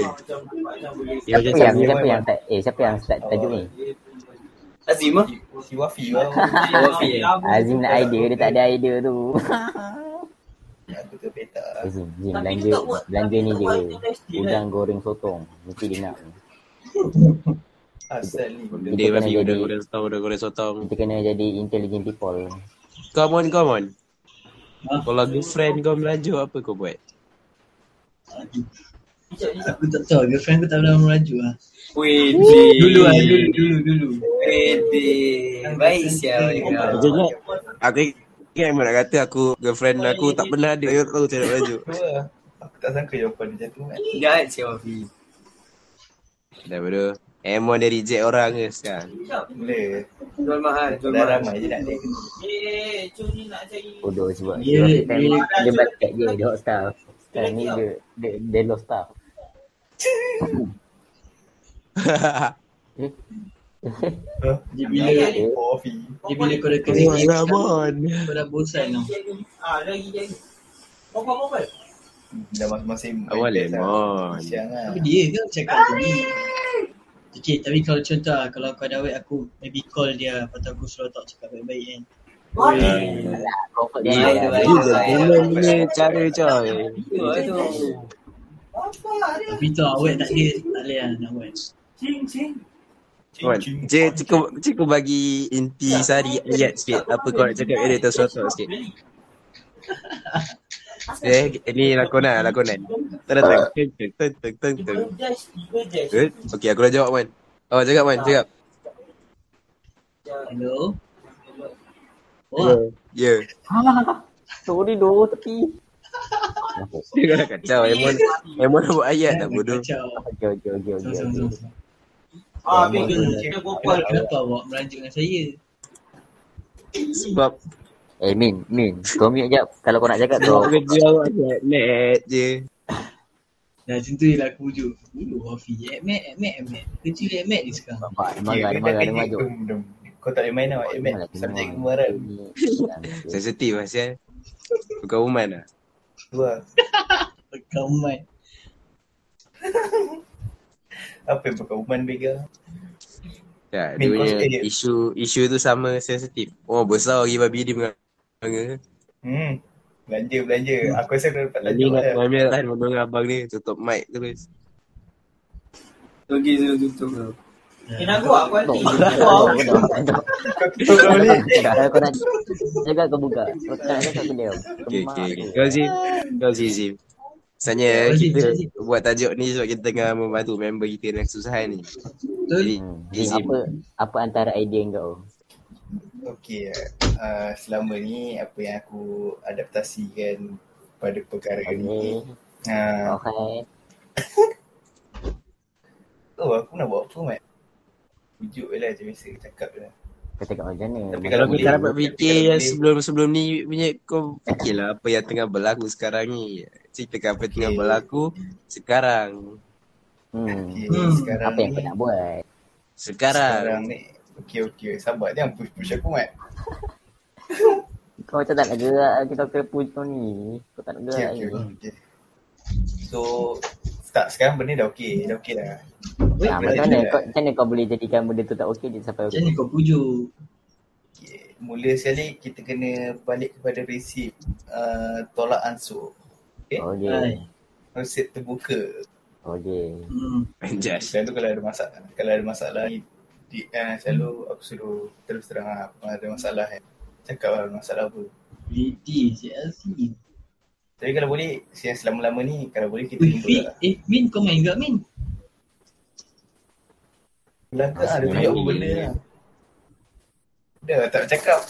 [SPEAKER 1] Dia
[SPEAKER 5] Siapa
[SPEAKER 1] macam
[SPEAKER 5] yang,
[SPEAKER 1] sama-
[SPEAKER 5] siapa yang, tak- eh siapa yang start tajuk ni?
[SPEAKER 2] Azim ah.
[SPEAKER 3] Si Wafi kau.
[SPEAKER 2] Wafi eh.
[SPEAKER 5] Azim nak idea, dia tak ada idea tu.
[SPEAKER 3] Aku tu beta.
[SPEAKER 5] Eh, Zim, Zim belanja, belanja ni je. Udang goreng sotong. Mesti dia nak.
[SPEAKER 3] Asal ni.
[SPEAKER 1] dia kan bagi udah goreng sotong, udah goreng sotong.
[SPEAKER 5] Kita kena jadi intelligent people.
[SPEAKER 1] Come on, come on. Kalau girlfriend kau merajuk apa kau buat?
[SPEAKER 7] Aku tak tahu. Girlfriend aku tak pernah merajuk lah.
[SPEAKER 2] Weh, weh.
[SPEAKER 7] Dulu lah. Dulu, dulu, dulu.
[SPEAKER 2] Weh, weh. Baik sial
[SPEAKER 1] Macam
[SPEAKER 2] kau.
[SPEAKER 1] tu, Aku ingat memang nak kata aku girlfriend aku tak pernah ada. Aku tahu cara merajuk.
[SPEAKER 3] Aku lah. Aku tak sangka jawapan dia jatuh kan.
[SPEAKER 2] Jahat sial Wafi.
[SPEAKER 1] Dah bodoh. Emon dia reject orang ke sekarang.
[SPEAKER 3] Boleh.
[SPEAKER 2] Jual mahal, jual
[SPEAKER 3] Dah
[SPEAKER 2] mahal.
[SPEAKER 3] ramai je nak dia.
[SPEAKER 9] Eh,
[SPEAKER 5] Bodoh sebab
[SPEAKER 7] Ya,
[SPEAKER 5] dia,
[SPEAKER 7] ya.
[SPEAKER 5] dia, dia basket je, dia hot stuff. Sekarang ni dia, dia, dia low stuff.
[SPEAKER 7] Dia bila
[SPEAKER 4] Coffee.
[SPEAKER 7] dia bila kau
[SPEAKER 1] Oh,
[SPEAKER 7] dah kerja kau dah bosan tau.
[SPEAKER 9] Ah, lagi lagi. Mobile mobile.
[SPEAKER 4] Dah masing-masing.
[SPEAKER 1] Awal
[SPEAKER 4] baik dah.
[SPEAKER 1] lemon.
[SPEAKER 4] Siang lah.
[SPEAKER 7] Tapi dia kan cakap tadi. Okay, tapi kalau contoh lah, kalau kau ada wait aku, maybe call dia, lepas tu aku suruh tak cakap baik-baik kan.
[SPEAKER 2] Comfort
[SPEAKER 1] Gila,
[SPEAKER 2] dia tu.
[SPEAKER 1] gila, gila
[SPEAKER 2] Comfort
[SPEAKER 1] punya cara coy.
[SPEAKER 2] dia tu.
[SPEAKER 7] Tapi tu awet tak dia, tak boleh lah nak wait.
[SPEAKER 9] Cing cing.
[SPEAKER 1] Wan,
[SPEAKER 4] Cing, cing.
[SPEAKER 1] cik, cikgu, cikgu bagi inti sari ayat sikit. Apa kau nak cakap dia tersotok sikit. Eh, ini lakonan, lakonan. Teng, teng, teng, teng, teng, teng, teng. Eh, Okey, aku dah jawab, Wan. Awak cakap, Wan. Cakap.
[SPEAKER 7] Hello? Wah,
[SPEAKER 1] Ya.
[SPEAKER 5] Sorry doh tapi.
[SPEAKER 1] Dia kau dah kacau. Emon, Emon nak buat ayat lah, bodoh.
[SPEAKER 7] kan, kacau.
[SPEAKER 5] Okey okey okey okey.
[SPEAKER 7] Sama,
[SPEAKER 5] okey.
[SPEAKER 7] sama, sama.
[SPEAKER 9] Ah, big kita berbual.
[SPEAKER 7] Kenapa awak merajuk dengan saya?
[SPEAKER 1] Sebab
[SPEAKER 5] Eh Min, Min, kau mute jap. Kalau kau nak cakap tu.
[SPEAKER 1] Sebab kerja awak ayat net je.
[SPEAKER 7] Dah macam tu je lah aku pujuk. Dulu Hafi, admit, admit, admit. Kerja admit eh, ni sekarang.
[SPEAKER 5] Nampak, dia
[SPEAKER 4] Ya,
[SPEAKER 5] marah, dia
[SPEAKER 4] dia dah
[SPEAKER 5] marah, dia
[SPEAKER 4] kerja
[SPEAKER 5] maju.
[SPEAKER 4] kemudem. Kau tak boleh main lah, awak, Ahmed. Subjek kemarin.
[SPEAKER 1] Sensitif lah, Sian. Bukan woman lah.
[SPEAKER 4] Tu lah.
[SPEAKER 7] Kau mat.
[SPEAKER 4] Apa yang pakai uman bega?
[SPEAKER 1] Ya, dia
[SPEAKER 4] Main
[SPEAKER 1] punya
[SPEAKER 4] cause dia.
[SPEAKER 1] isu isu tu sama sensitif. Oh, besar lagi babi dia menganga.
[SPEAKER 4] Hmm. Belanja, belanja. Aku rasa kau dapat
[SPEAKER 1] Tadi
[SPEAKER 4] lanjut
[SPEAKER 1] nak
[SPEAKER 4] lah.
[SPEAKER 1] ngambil kan menung abang ni tutup mic terus.
[SPEAKER 2] Okey, tu tutup.
[SPEAKER 9] Kena aku aku nanti.
[SPEAKER 4] Kau kita
[SPEAKER 5] [LAUGHS]
[SPEAKER 4] dah balik.
[SPEAKER 5] Kalau kau nak cakap kau buka. Kau tak nak cakap dia.
[SPEAKER 1] Okey, okey. okey. Kau Zim. Kau Zim, Zim. Sebenarnya
[SPEAKER 7] Kau, Zim,
[SPEAKER 1] kita
[SPEAKER 7] kau, Zim.
[SPEAKER 1] buat tajuk ni sebab kita tengah membantu member kita yang kesusahan ni. Jadi, Zim.
[SPEAKER 5] Hmm. Apa apa antara idea kau?
[SPEAKER 4] Okey, uh, selama ni apa yang aku adaptasikan pada perkara
[SPEAKER 5] Okey. kan-
[SPEAKER 4] ni.
[SPEAKER 1] Ya.
[SPEAKER 4] Uh,
[SPEAKER 5] Okey.
[SPEAKER 4] oh, aku nak buat apa, Mat? Pujuk je lah macam biasa, cakap je lah.
[SPEAKER 5] Kau cakap macam mana?
[SPEAKER 4] Tapi
[SPEAKER 1] Kalau
[SPEAKER 4] Kalau
[SPEAKER 1] kau tak
[SPEAKER 4] boleh,
[SPEAKER 1] dapat
[SPEAKER 4] tapi
[SPEAKER 1] fikir
[SPEAKER 4] kalau
[SPEAKER 1] yang
[SPEAKER 4] boleh.
[SPEAKER 1] sebelum-sebelum ni punya kau fikirlah apa yang tengah berlaku sekarang ni. Ceritakan apa yang tengah
[SPEAKER 4] Okey.
[SPEAKER 1] berlaku sekarang.
[SPEAKER 5] Hmm.
[SPEAKER 4] Okey,
[SPEAKER 7] Hmm.
[SPEAKER 4] sekarang
[SPEAKER 5] Apa yang
[SPEAKER 4] ni,
[SPEAKER 5] kau nak buat?
[SPEAKER 1] Sekarang.
[SPEAKER 4] sekarang ni. Okey, okey. Sabar, jangan push-push aku, Mat.
[SPEAKER 5] Kau macam tak nak gerak kita kena push kau ni. Kau tak nak
[SPEAKER 4] Okey,
[SPEAKER 5] gerak
[SPEAKER 4] okey,
[SPEAKER 5] ni.
[SPEAKER 4] okey. So, tak, sekarang benda dah okey. Dah okey dah.
[SPEAKER 5] Ah, macam mana kau macam mana kau boleh jadikan benda tu tak okey jadi sampai
[SPEAKER 7] Macam
[SPEAKER 5] okey?
[SPEAKER 7] mana kau pujuk?
[SPEAKER 4] Okay. Mula sekali kita kena balik kepada prinsip uh, tolak ansur.
[SPEAKER 5] Okey.
[SPEAKER 4] Konsep terbuka.
[SPEAKER 5] Okey.
[SPEAKER 7] Hmm.
[SPEAKER 1] [LAUGHS] Just.
[SPEAKER 4] Selalu kalau ada masalah, kalau ada masalah ni, di, uh, selalu aku suruh terus terang lah, kalau ada masalah kan. Cakap lah ada masalah apa.
[SPEAKER 7] Lady, Cik Azim.
[SPEAKER 4] Tapi kalau boleh, siang selama-lama ni, kalau boleh kita
[SPEAKER 7] Wih, Fit.
[SPEAKER 4] kumpul lah.
[SPEAKER 7] Eh, Min kau main gak Min?
[SPEAKER 4] Belakang ada tunjuk apa benda lah. Dah tak cakap.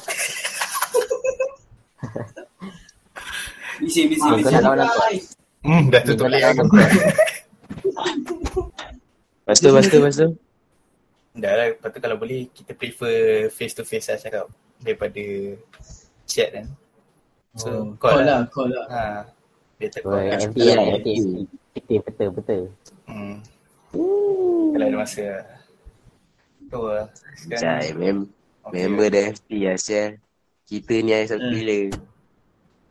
[SPEAKER 2] Bising, bising,
[SPEAKER 5] Ah, kau
[SPEAKER 2] bising.
[SPEAKER 5] nak lawan aku.
[SPEAKER 4] Hmm, dah
[SPEAKER 5] Kau
[SPEAKER 4] tutup
[SPEAKER 5] nak
[SPEAKER 4] balik
[SPEAKER 5] lawan
[SPEAKER 4] aku.
[SPEAKER 5] aku.
[SPEAKER 1] Lepas tu, lepas tu, lepas tu.
[SPEAKER 4] Dah lah, lepas tu kalau boleh kita prefer face to face lah cakap daripada chat kan. So,
[SPEAKER 7] Kau
[SPEAKER 4] call,
[SPEAKER 7] lah,
[SPEAKER 4] lah.
[SPEAKER 7] kau lah.
[SPEAKER 4] Ha, better
[SPEAKER 5] Kau
[SPEAKER 4] call lah.
[SPEAKER 5] FT lah, FT. Peta, peta, peta.
[SPEAKER 4] Hmm. Kalau ada masa lah. Tu lah.
[SPEAKER 1] Jai,
[SPEAKER 4] Sekarang,
[SPEAKER 1] mem member dah FT lah, Syah. Kita ni air sampai
[SPEAKER 7] Hmm.
[SPEAKER 1] bila.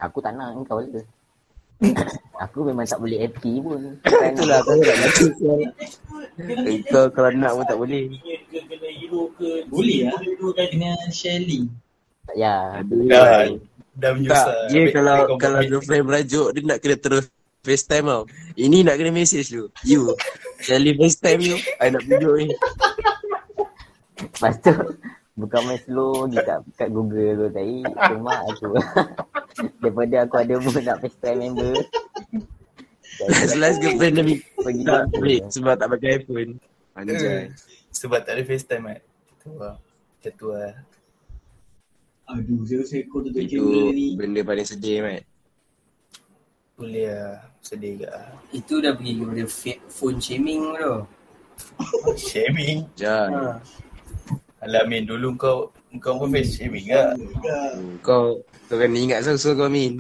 [SPEAKER 5] Aku tak nak kau lah. [COUGHS] aku memang tak boleh FT pun.
[SPEAKER 1] Itulah, kau tak mati, [LAUGHS] Syah. Kau kalau nak pun tak boleh.
[SPEAKER 7] Boleh lah. Kena share link.
[SPEAKER 5] Tak payah.
[SPEAKER 4] Dah,
[SPEAKER 1] lah. Tak,
[SPEAKER 4] dah menyusah.
[SPEAKER 1] dia
[SPEAKER 4] Baik-
[SPEAKER 1] kalau
[SPEAKER 4] baik kau
[SPEAKER 1] kalau
[SPEAKER 4] buat
[SPEAKER 1] girlfriend merajuk, dia nak kena terus FaceTime tau. Ini nak kena message dulu. You. Sekali FaceTime you, I nak pujuk ni.
[SPEAKER 5] Lepas tu buka main slow je kat, kat Google tu tadi cuma aku [LAUGHS] daripada aku ada pun nak FaceTime member [COUGHS]
[SPEAKER 1] Last-last girlfriend dia minta
[SPEAKER 5] pergi
[SPEAKER 1] break sebab tak pakai iPhone. Anjay.
[SPEAKER 4] Sebab tak ada FaceTime kan. Tu lah. Macam tu lah.
[SPEAKER 7] Aduh, saya kau tutup kamera
[SPEAKER 1] Itu
[SPEAKER 7] ni.
[SPEAKER 1] benda paling sedih, Mat.
[SPEAKER 4] Boleh lah. Sedih ke lah.
[SPEAKER 2] Itu dah pergi kepada fa- phone shaming tu.
[SPEAKER 4] Shaming.
[SPEAKER 1] Jangan.
[SPEAKER 4] Alamin dulu kau kau pun face shaming lah.
[SPEAKER 1] Kau kau kena ingat susah kau Min.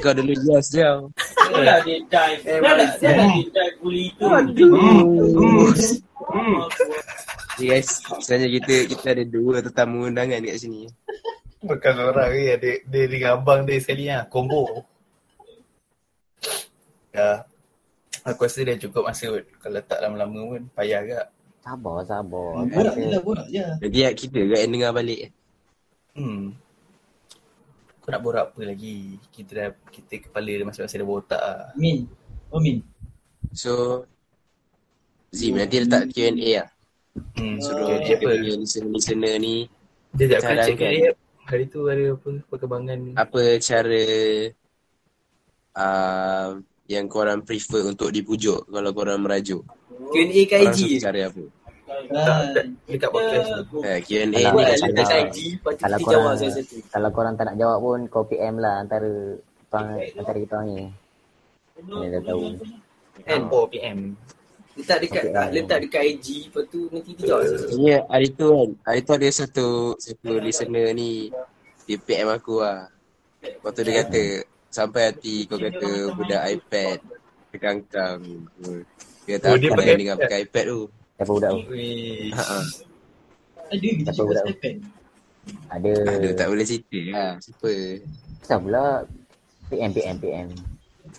[SPEAKER 1] Kau dulu jelas jauh.
[SPEAKER 9] Dah dia dive.
[SPEAKER 2] Eh,
[SPEAKER 9] Dah dia dive bully tu.
[SPEAKER 4] Hmm. Hmm.
[SPEAKER 1] Jadi guys, sebenarnya kita kita ada dua tetamu undangan kat sini.
[SPEAKER 4] Bukan orang ni ada dia dengan abang dia sekali lah combo. Dah. Ya. Aku rasa dah cukup masa kot. Kalau tak lama-lama pun payah agak.
[SPEAKER 5] Sabar, sabar. Aku
[SPEAKER 7] Borak je
[SPEAKER 5] rasa
[SPEAKER 7] lah, borak je.
[SPEAKER 1] Nanti ya, kita kat yang dengar balik.
[SPEAKER 4] Hmm. Kau nak borak apa lagi? Kita dah kita kepala dah masing-masing dah botak lah.
[SPEAKER 7] Min. Oh Min.
[SPEAKER 1] So Zim nanti letak Q&A lah.
[SPEAKER 4] Hmm,
[SPEAKER 1] So
[SPEAKER 7] Oh,
[SPEAKER 4] so
[SPEAKER 1] uh,
[SPEAKER 4] dia apa?
[SPEAKER 1] listener-listener ni
[SPEAKER 4] Dia tak kena check
[SPEAKER 1] Sarankan.
[SPEAKER 4] dia. Hari tu ada apa perkembangan ni.
[SPEAKER 1] apa cara uh, yang korang prefer untuk dipujuk kalau korang merajuk?
[SPEAKER 2] Q&A kat
[SPEAKER 1] Korang
[SPEAKER 2] IG
[SPEAKER 1] suka cara apa?
[SPEAKER 4] Tak, tak,
[SPEAKER 7] Kan.
[SPEAKER 4] dekat podcast tu.
[SPEAKER 1] Eh, Q&A ni
[SPEAKER 5] Kalau-
[SPEAKER 2] Buat
[SPEAKER 1] kat
[SPEAKER 2] lah
[SPEAKER 1] sini.
[SPEAKER 5] kalau-
[SPEAKER 2] kat IG Lepas tu
[SPEAKER 5] kalau
[SPEAKER 2] kita
[SPEAKER 5] korang-
[SPEAKER 2] jawab satu-satu
[SPEAKER 5] kalau korang tak nak jawab pun kau PM lah antara tuang, antara kita orang ni. Dia dah tahu.
[SPEAKER 2] Kan
[SPEAKER 4] Apa PM?
[SPEAKER 2] Letak dekat
[SPEAKER 5] Okey,
[SPEAKER 2] tak,
[SPEAKER 5] ah.
[SPEAKER 2] Letak dekat IG Lepas tu nanti kita jawab satu-satu
[SPEAKER 1] Ya, hari tu kan, hari tu ada satu satu listener ni dia PM aku lah. Lepas tu dia kata, sampai hati kau kata budak iPad kekangkang. Dia
[SPEAKER 4] Oh,
[SPEAKER 1] kata
[SPEAKER 4] dia
[SPEAKER 1] aku
[SPEAKER 4] pakai
[SPEAKER 1] lain dengan pakai iPad tu.
[SPEAKER 5] Siapa budak tu?
[SPEAKER 4] Wih.
[SPEAKER 1] Ha-ha.
[SPEAKER 7] Ada kita
[SPEAKER 5] Apa
[SPEAKER 7] cuba
[SPEAKER 5] borak?
[SPEAKER 7] step kan.
[SPEAKER 5] Ada.
[SPEAKER 1] Aduh, tak boleh cerita lah. Siapa?
[SPEAKER 5] Kenapa pula? PM, PM, PM.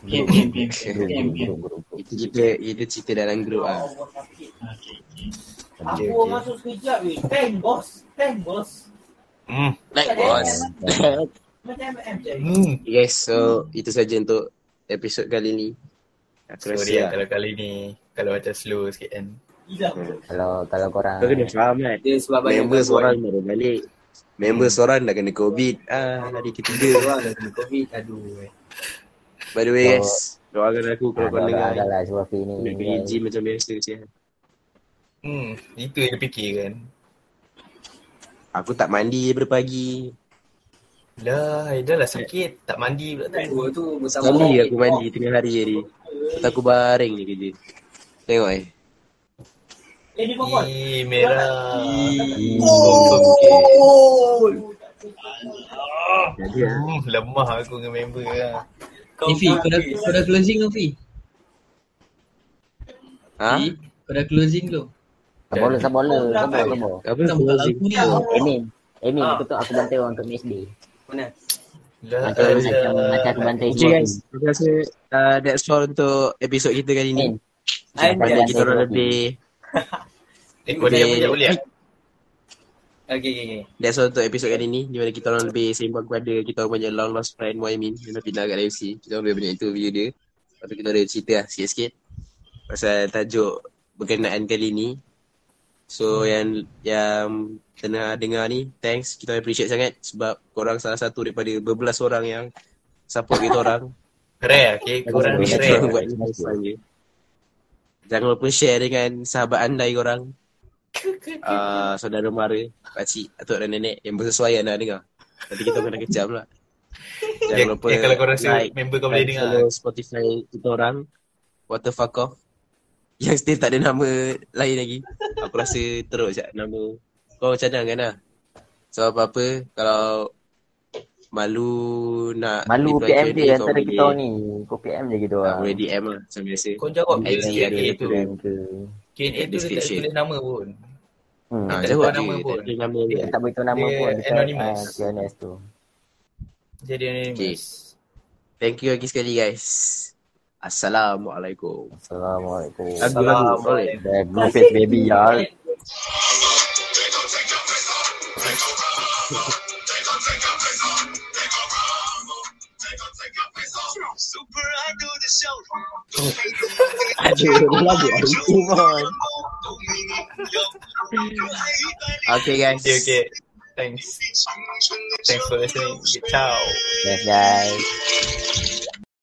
[SPEAKER 7] PM, PM, PM,
[SPEAKER 5] Group,
[SPEAKER 7] PM, PM.
[SPEAKER 5] group, group, group.
[SPEAKER 1] Kita, kita, kita cerita dalam grup lah.
[SPEAKER 7] Okay, okay.
[SPEAKER 9] Aku
[SPEAKER 4] Okey, okey.
[SPEAKER 9] masuk sekejap ni. Tank bos. Tank bos.
[SPEAKER 4] Hmm.
[SPEAKER 1] Like boss.
[SPEAKER 9] Macam MM je.
[SPEAKER 4] Hmm.
[SPEAKER 1] Yes, so itu saja untuk episod kali ni. Aku rasa
[SPEAKER 4] Sorry
[SPEAKER 1] lah.
[SPEAKER 4] lah kalau kali ni Kalau macam slow sikit kan
[SPEAKER 9] Gila.
[SPEAKER 5] Kalau kalau korang
[SPEAKER 1] Kau kena faham kan.
[SPEAKER 2] Dia sebab banyak
[SPEAKER 1] Member
[SPEAKER 2] buat
[SPEAKER 1] seorang baru balik. Hmm. Member seorang dah kena COVID. Ah, hari [LAUGHS] ketiga.
[SPEAKER 2] Orang dah kena covid Aduh eh.
[SPEAKER 1] By the way, Ah,
[SPEAKER 5] Oh.
[SPEAKER 1] guys. Doakan aku kalau kau dengar.
[SPEAKER 5] ada lah sebab ni.
[SPEAKER 1] Ambil pergi
[SPEAKER 5] guys.
[SPEAKER 1] gym macam biasa je.
[SPEAKER 4] Hmm Itu yang dia fikir kan
[SPEAKER 1] Aku tak mandi daripada pagi.
[SPEAKER 4] Lah dah lah sakit Tak mandi pula tu
[SPEAKER 2] Dua tu bersama
[SPEAKER 1] Sekali aku mandi tengah hari tadi. Lepas aku baring ni kerja. Tengok eh.
[SPEAKER 9] Eh ni pokok.
[SPEAKER 4] Ih merah
[SPEAKER 1] Confirm sikit. Jadi lah.
[SPEAKER 4] Hmm, Lemah aku dengan member lah
[SPEAKER 7] Ni Fi, Eh, kau dah, kau dah closing ke Fi?
[SPEAKER 1] Ha?
[SPEAKER 7] Fi, Kau dah closing ke?
[SPEAKER 5] Sabar lah, sabar lah. Sabar, sabar.
[SPEAKER 1] Apa
[SPEAKER 7] Kau buka
[SPEAKER 1] closing?
[SPEAKER 7] lagu ni.
[SPEAKER 5] Emin. Emin,
[SPEAKER 2] Ah.
[SPEAKER 5] aku tahu aku bantai orang untuk match day.
[SPEAKER 1] Ah,
[SPEAKER 2] Mana
[SPEAKER 1] eh,
[SPEAKER 4] Lah
[SPEAKER 5] Macam, macam, macam aku bantai
[SPEAKER 1] Okay
[SPEAKER 5] semua
[SPEAKER 1] guys,
[SPEAKER 5] team.
[SPEAKER 1] terima kasih. Uh, that's all untuk episod kita kali ni.
[SPEAKER 5] Emin,
[SPEAKER 2] I'm
[SPEAKER 5] Bantai
[SPEAKER 1] Banyak kita
[SPEAKER 5] semua
[SPEAKER 1] orang
[SPEAKER 5] team.
[SPEAKER 1] lebih.
[SPEAKER 4] Eh kau dia punya boleh tak?
[SPEAKER 2] Okay okay okay
[SPEAKER 1] That's all untuk episod kali ni. Di mana kita orang lebih sembang kepada kita orang punya long lost friend Muaymin. Yang dah pindah kat LFC. Kita orang boleh banyak interview dia. Lepas tu kita ada cerita lah sikit-sikit. Pasal tajuk berkenaan kali ni. So yang yang tengah dengar ni, thanks. Kita appreciate sangat sebab korang salah satu daripada berbelas orang yang support kita orang.
[SPEAKER 4] Rare okay Korang ni
[SPEAKER 1] Jangan
[SPEAKER 4] rare
[SPEAKER 1] lupa buat ni pesan je. Jangan lupa share dengan sahabat andai korang. Uh, saudara mara, pakcik, atuk dan nenek yang bersesuaian nak dengar. Nanti kita kena kejam lah. Jangan
[SPEAKER 4] Yang-
[SPEAKER 1] lupa
[SPEAKER 4] yang Ya, Kalau kau rasa
[SPEAKER 1] like,
[SPEAKER 4] member kau boleh
[SPEAKER 1] like,
[SPEAKER 4] dengar
[SPEAKER 1] follow Spotify kita orang. What the fuck off. Yang still tak ada nama lain lagi. Aku rasa teruk sekejap nama. Kau cadangkan lah. So apa-apa kalau malu nak
[SPEAKER 5] Malu
[SPEAKER 1] reply Q&A,
[SPEAKER 5] PM dia
[SPEAKER 1] kau
[SPEAKER 5] antara
[SPEAKER 1] boleh-
[SPEAKER 5] kita orang ni. Kau PM je kita
[SPEAKER 1] tak
[SPEAKER 5] orang.
[SPEAKER 1] boleh DM lah macam biasa.
[SPEAKER 4] Kau jawab ke
[SPEAKER 1] IG ada
[SPEAKER 4] Q&A tu
[SPEAKER 5] Instagram ke.
[SPEAKER 4] Q&A tu dia tak
[SPEAKER 1] Description.
[SPEAKER 4] tulis nama pun
[SPEAKER 5] Hmm.
[SPEAKER 1] Ha, jawab
[SPEAKER 4] tak keluar
[SPEAKER 1] je.
[SPEAKER 4] nama pun.
[SPEAKER 1] Tak ada nama
[SPEAKER 5] Dia
[SPEAKER 1] dia.
[SPEAKER 5] tak beritahu nama
[SPEAKER 4] Dia
[SPEAKER 5] pun. Dia ah,
[SPEAKER 4] anonymous.
[SPEAKER 5] anonymous. tu.
[SPEAKER 4] Jadi anonymous
[SPEAKER 1] Thank you lagi sekali guys. Assalamualaikum.
[SPEAKER 5] Assalamualaikum.
[SPEAKER 1] Lagu lagu boleh.
[SPEAKER 5] The Blueface baby y'all.
[SPEAKER 6] Super Idol the show.
[SPEAKER 1] Aduh, dah lagu hari tu pun.
[SPEAKER 5] [LAUGHS]
[SPEAKER 1] Okay guys.
[SPEAKER 4] Okay okay Thanks Thanks for listening Ciao
[SPEAKER 5] Yes guys.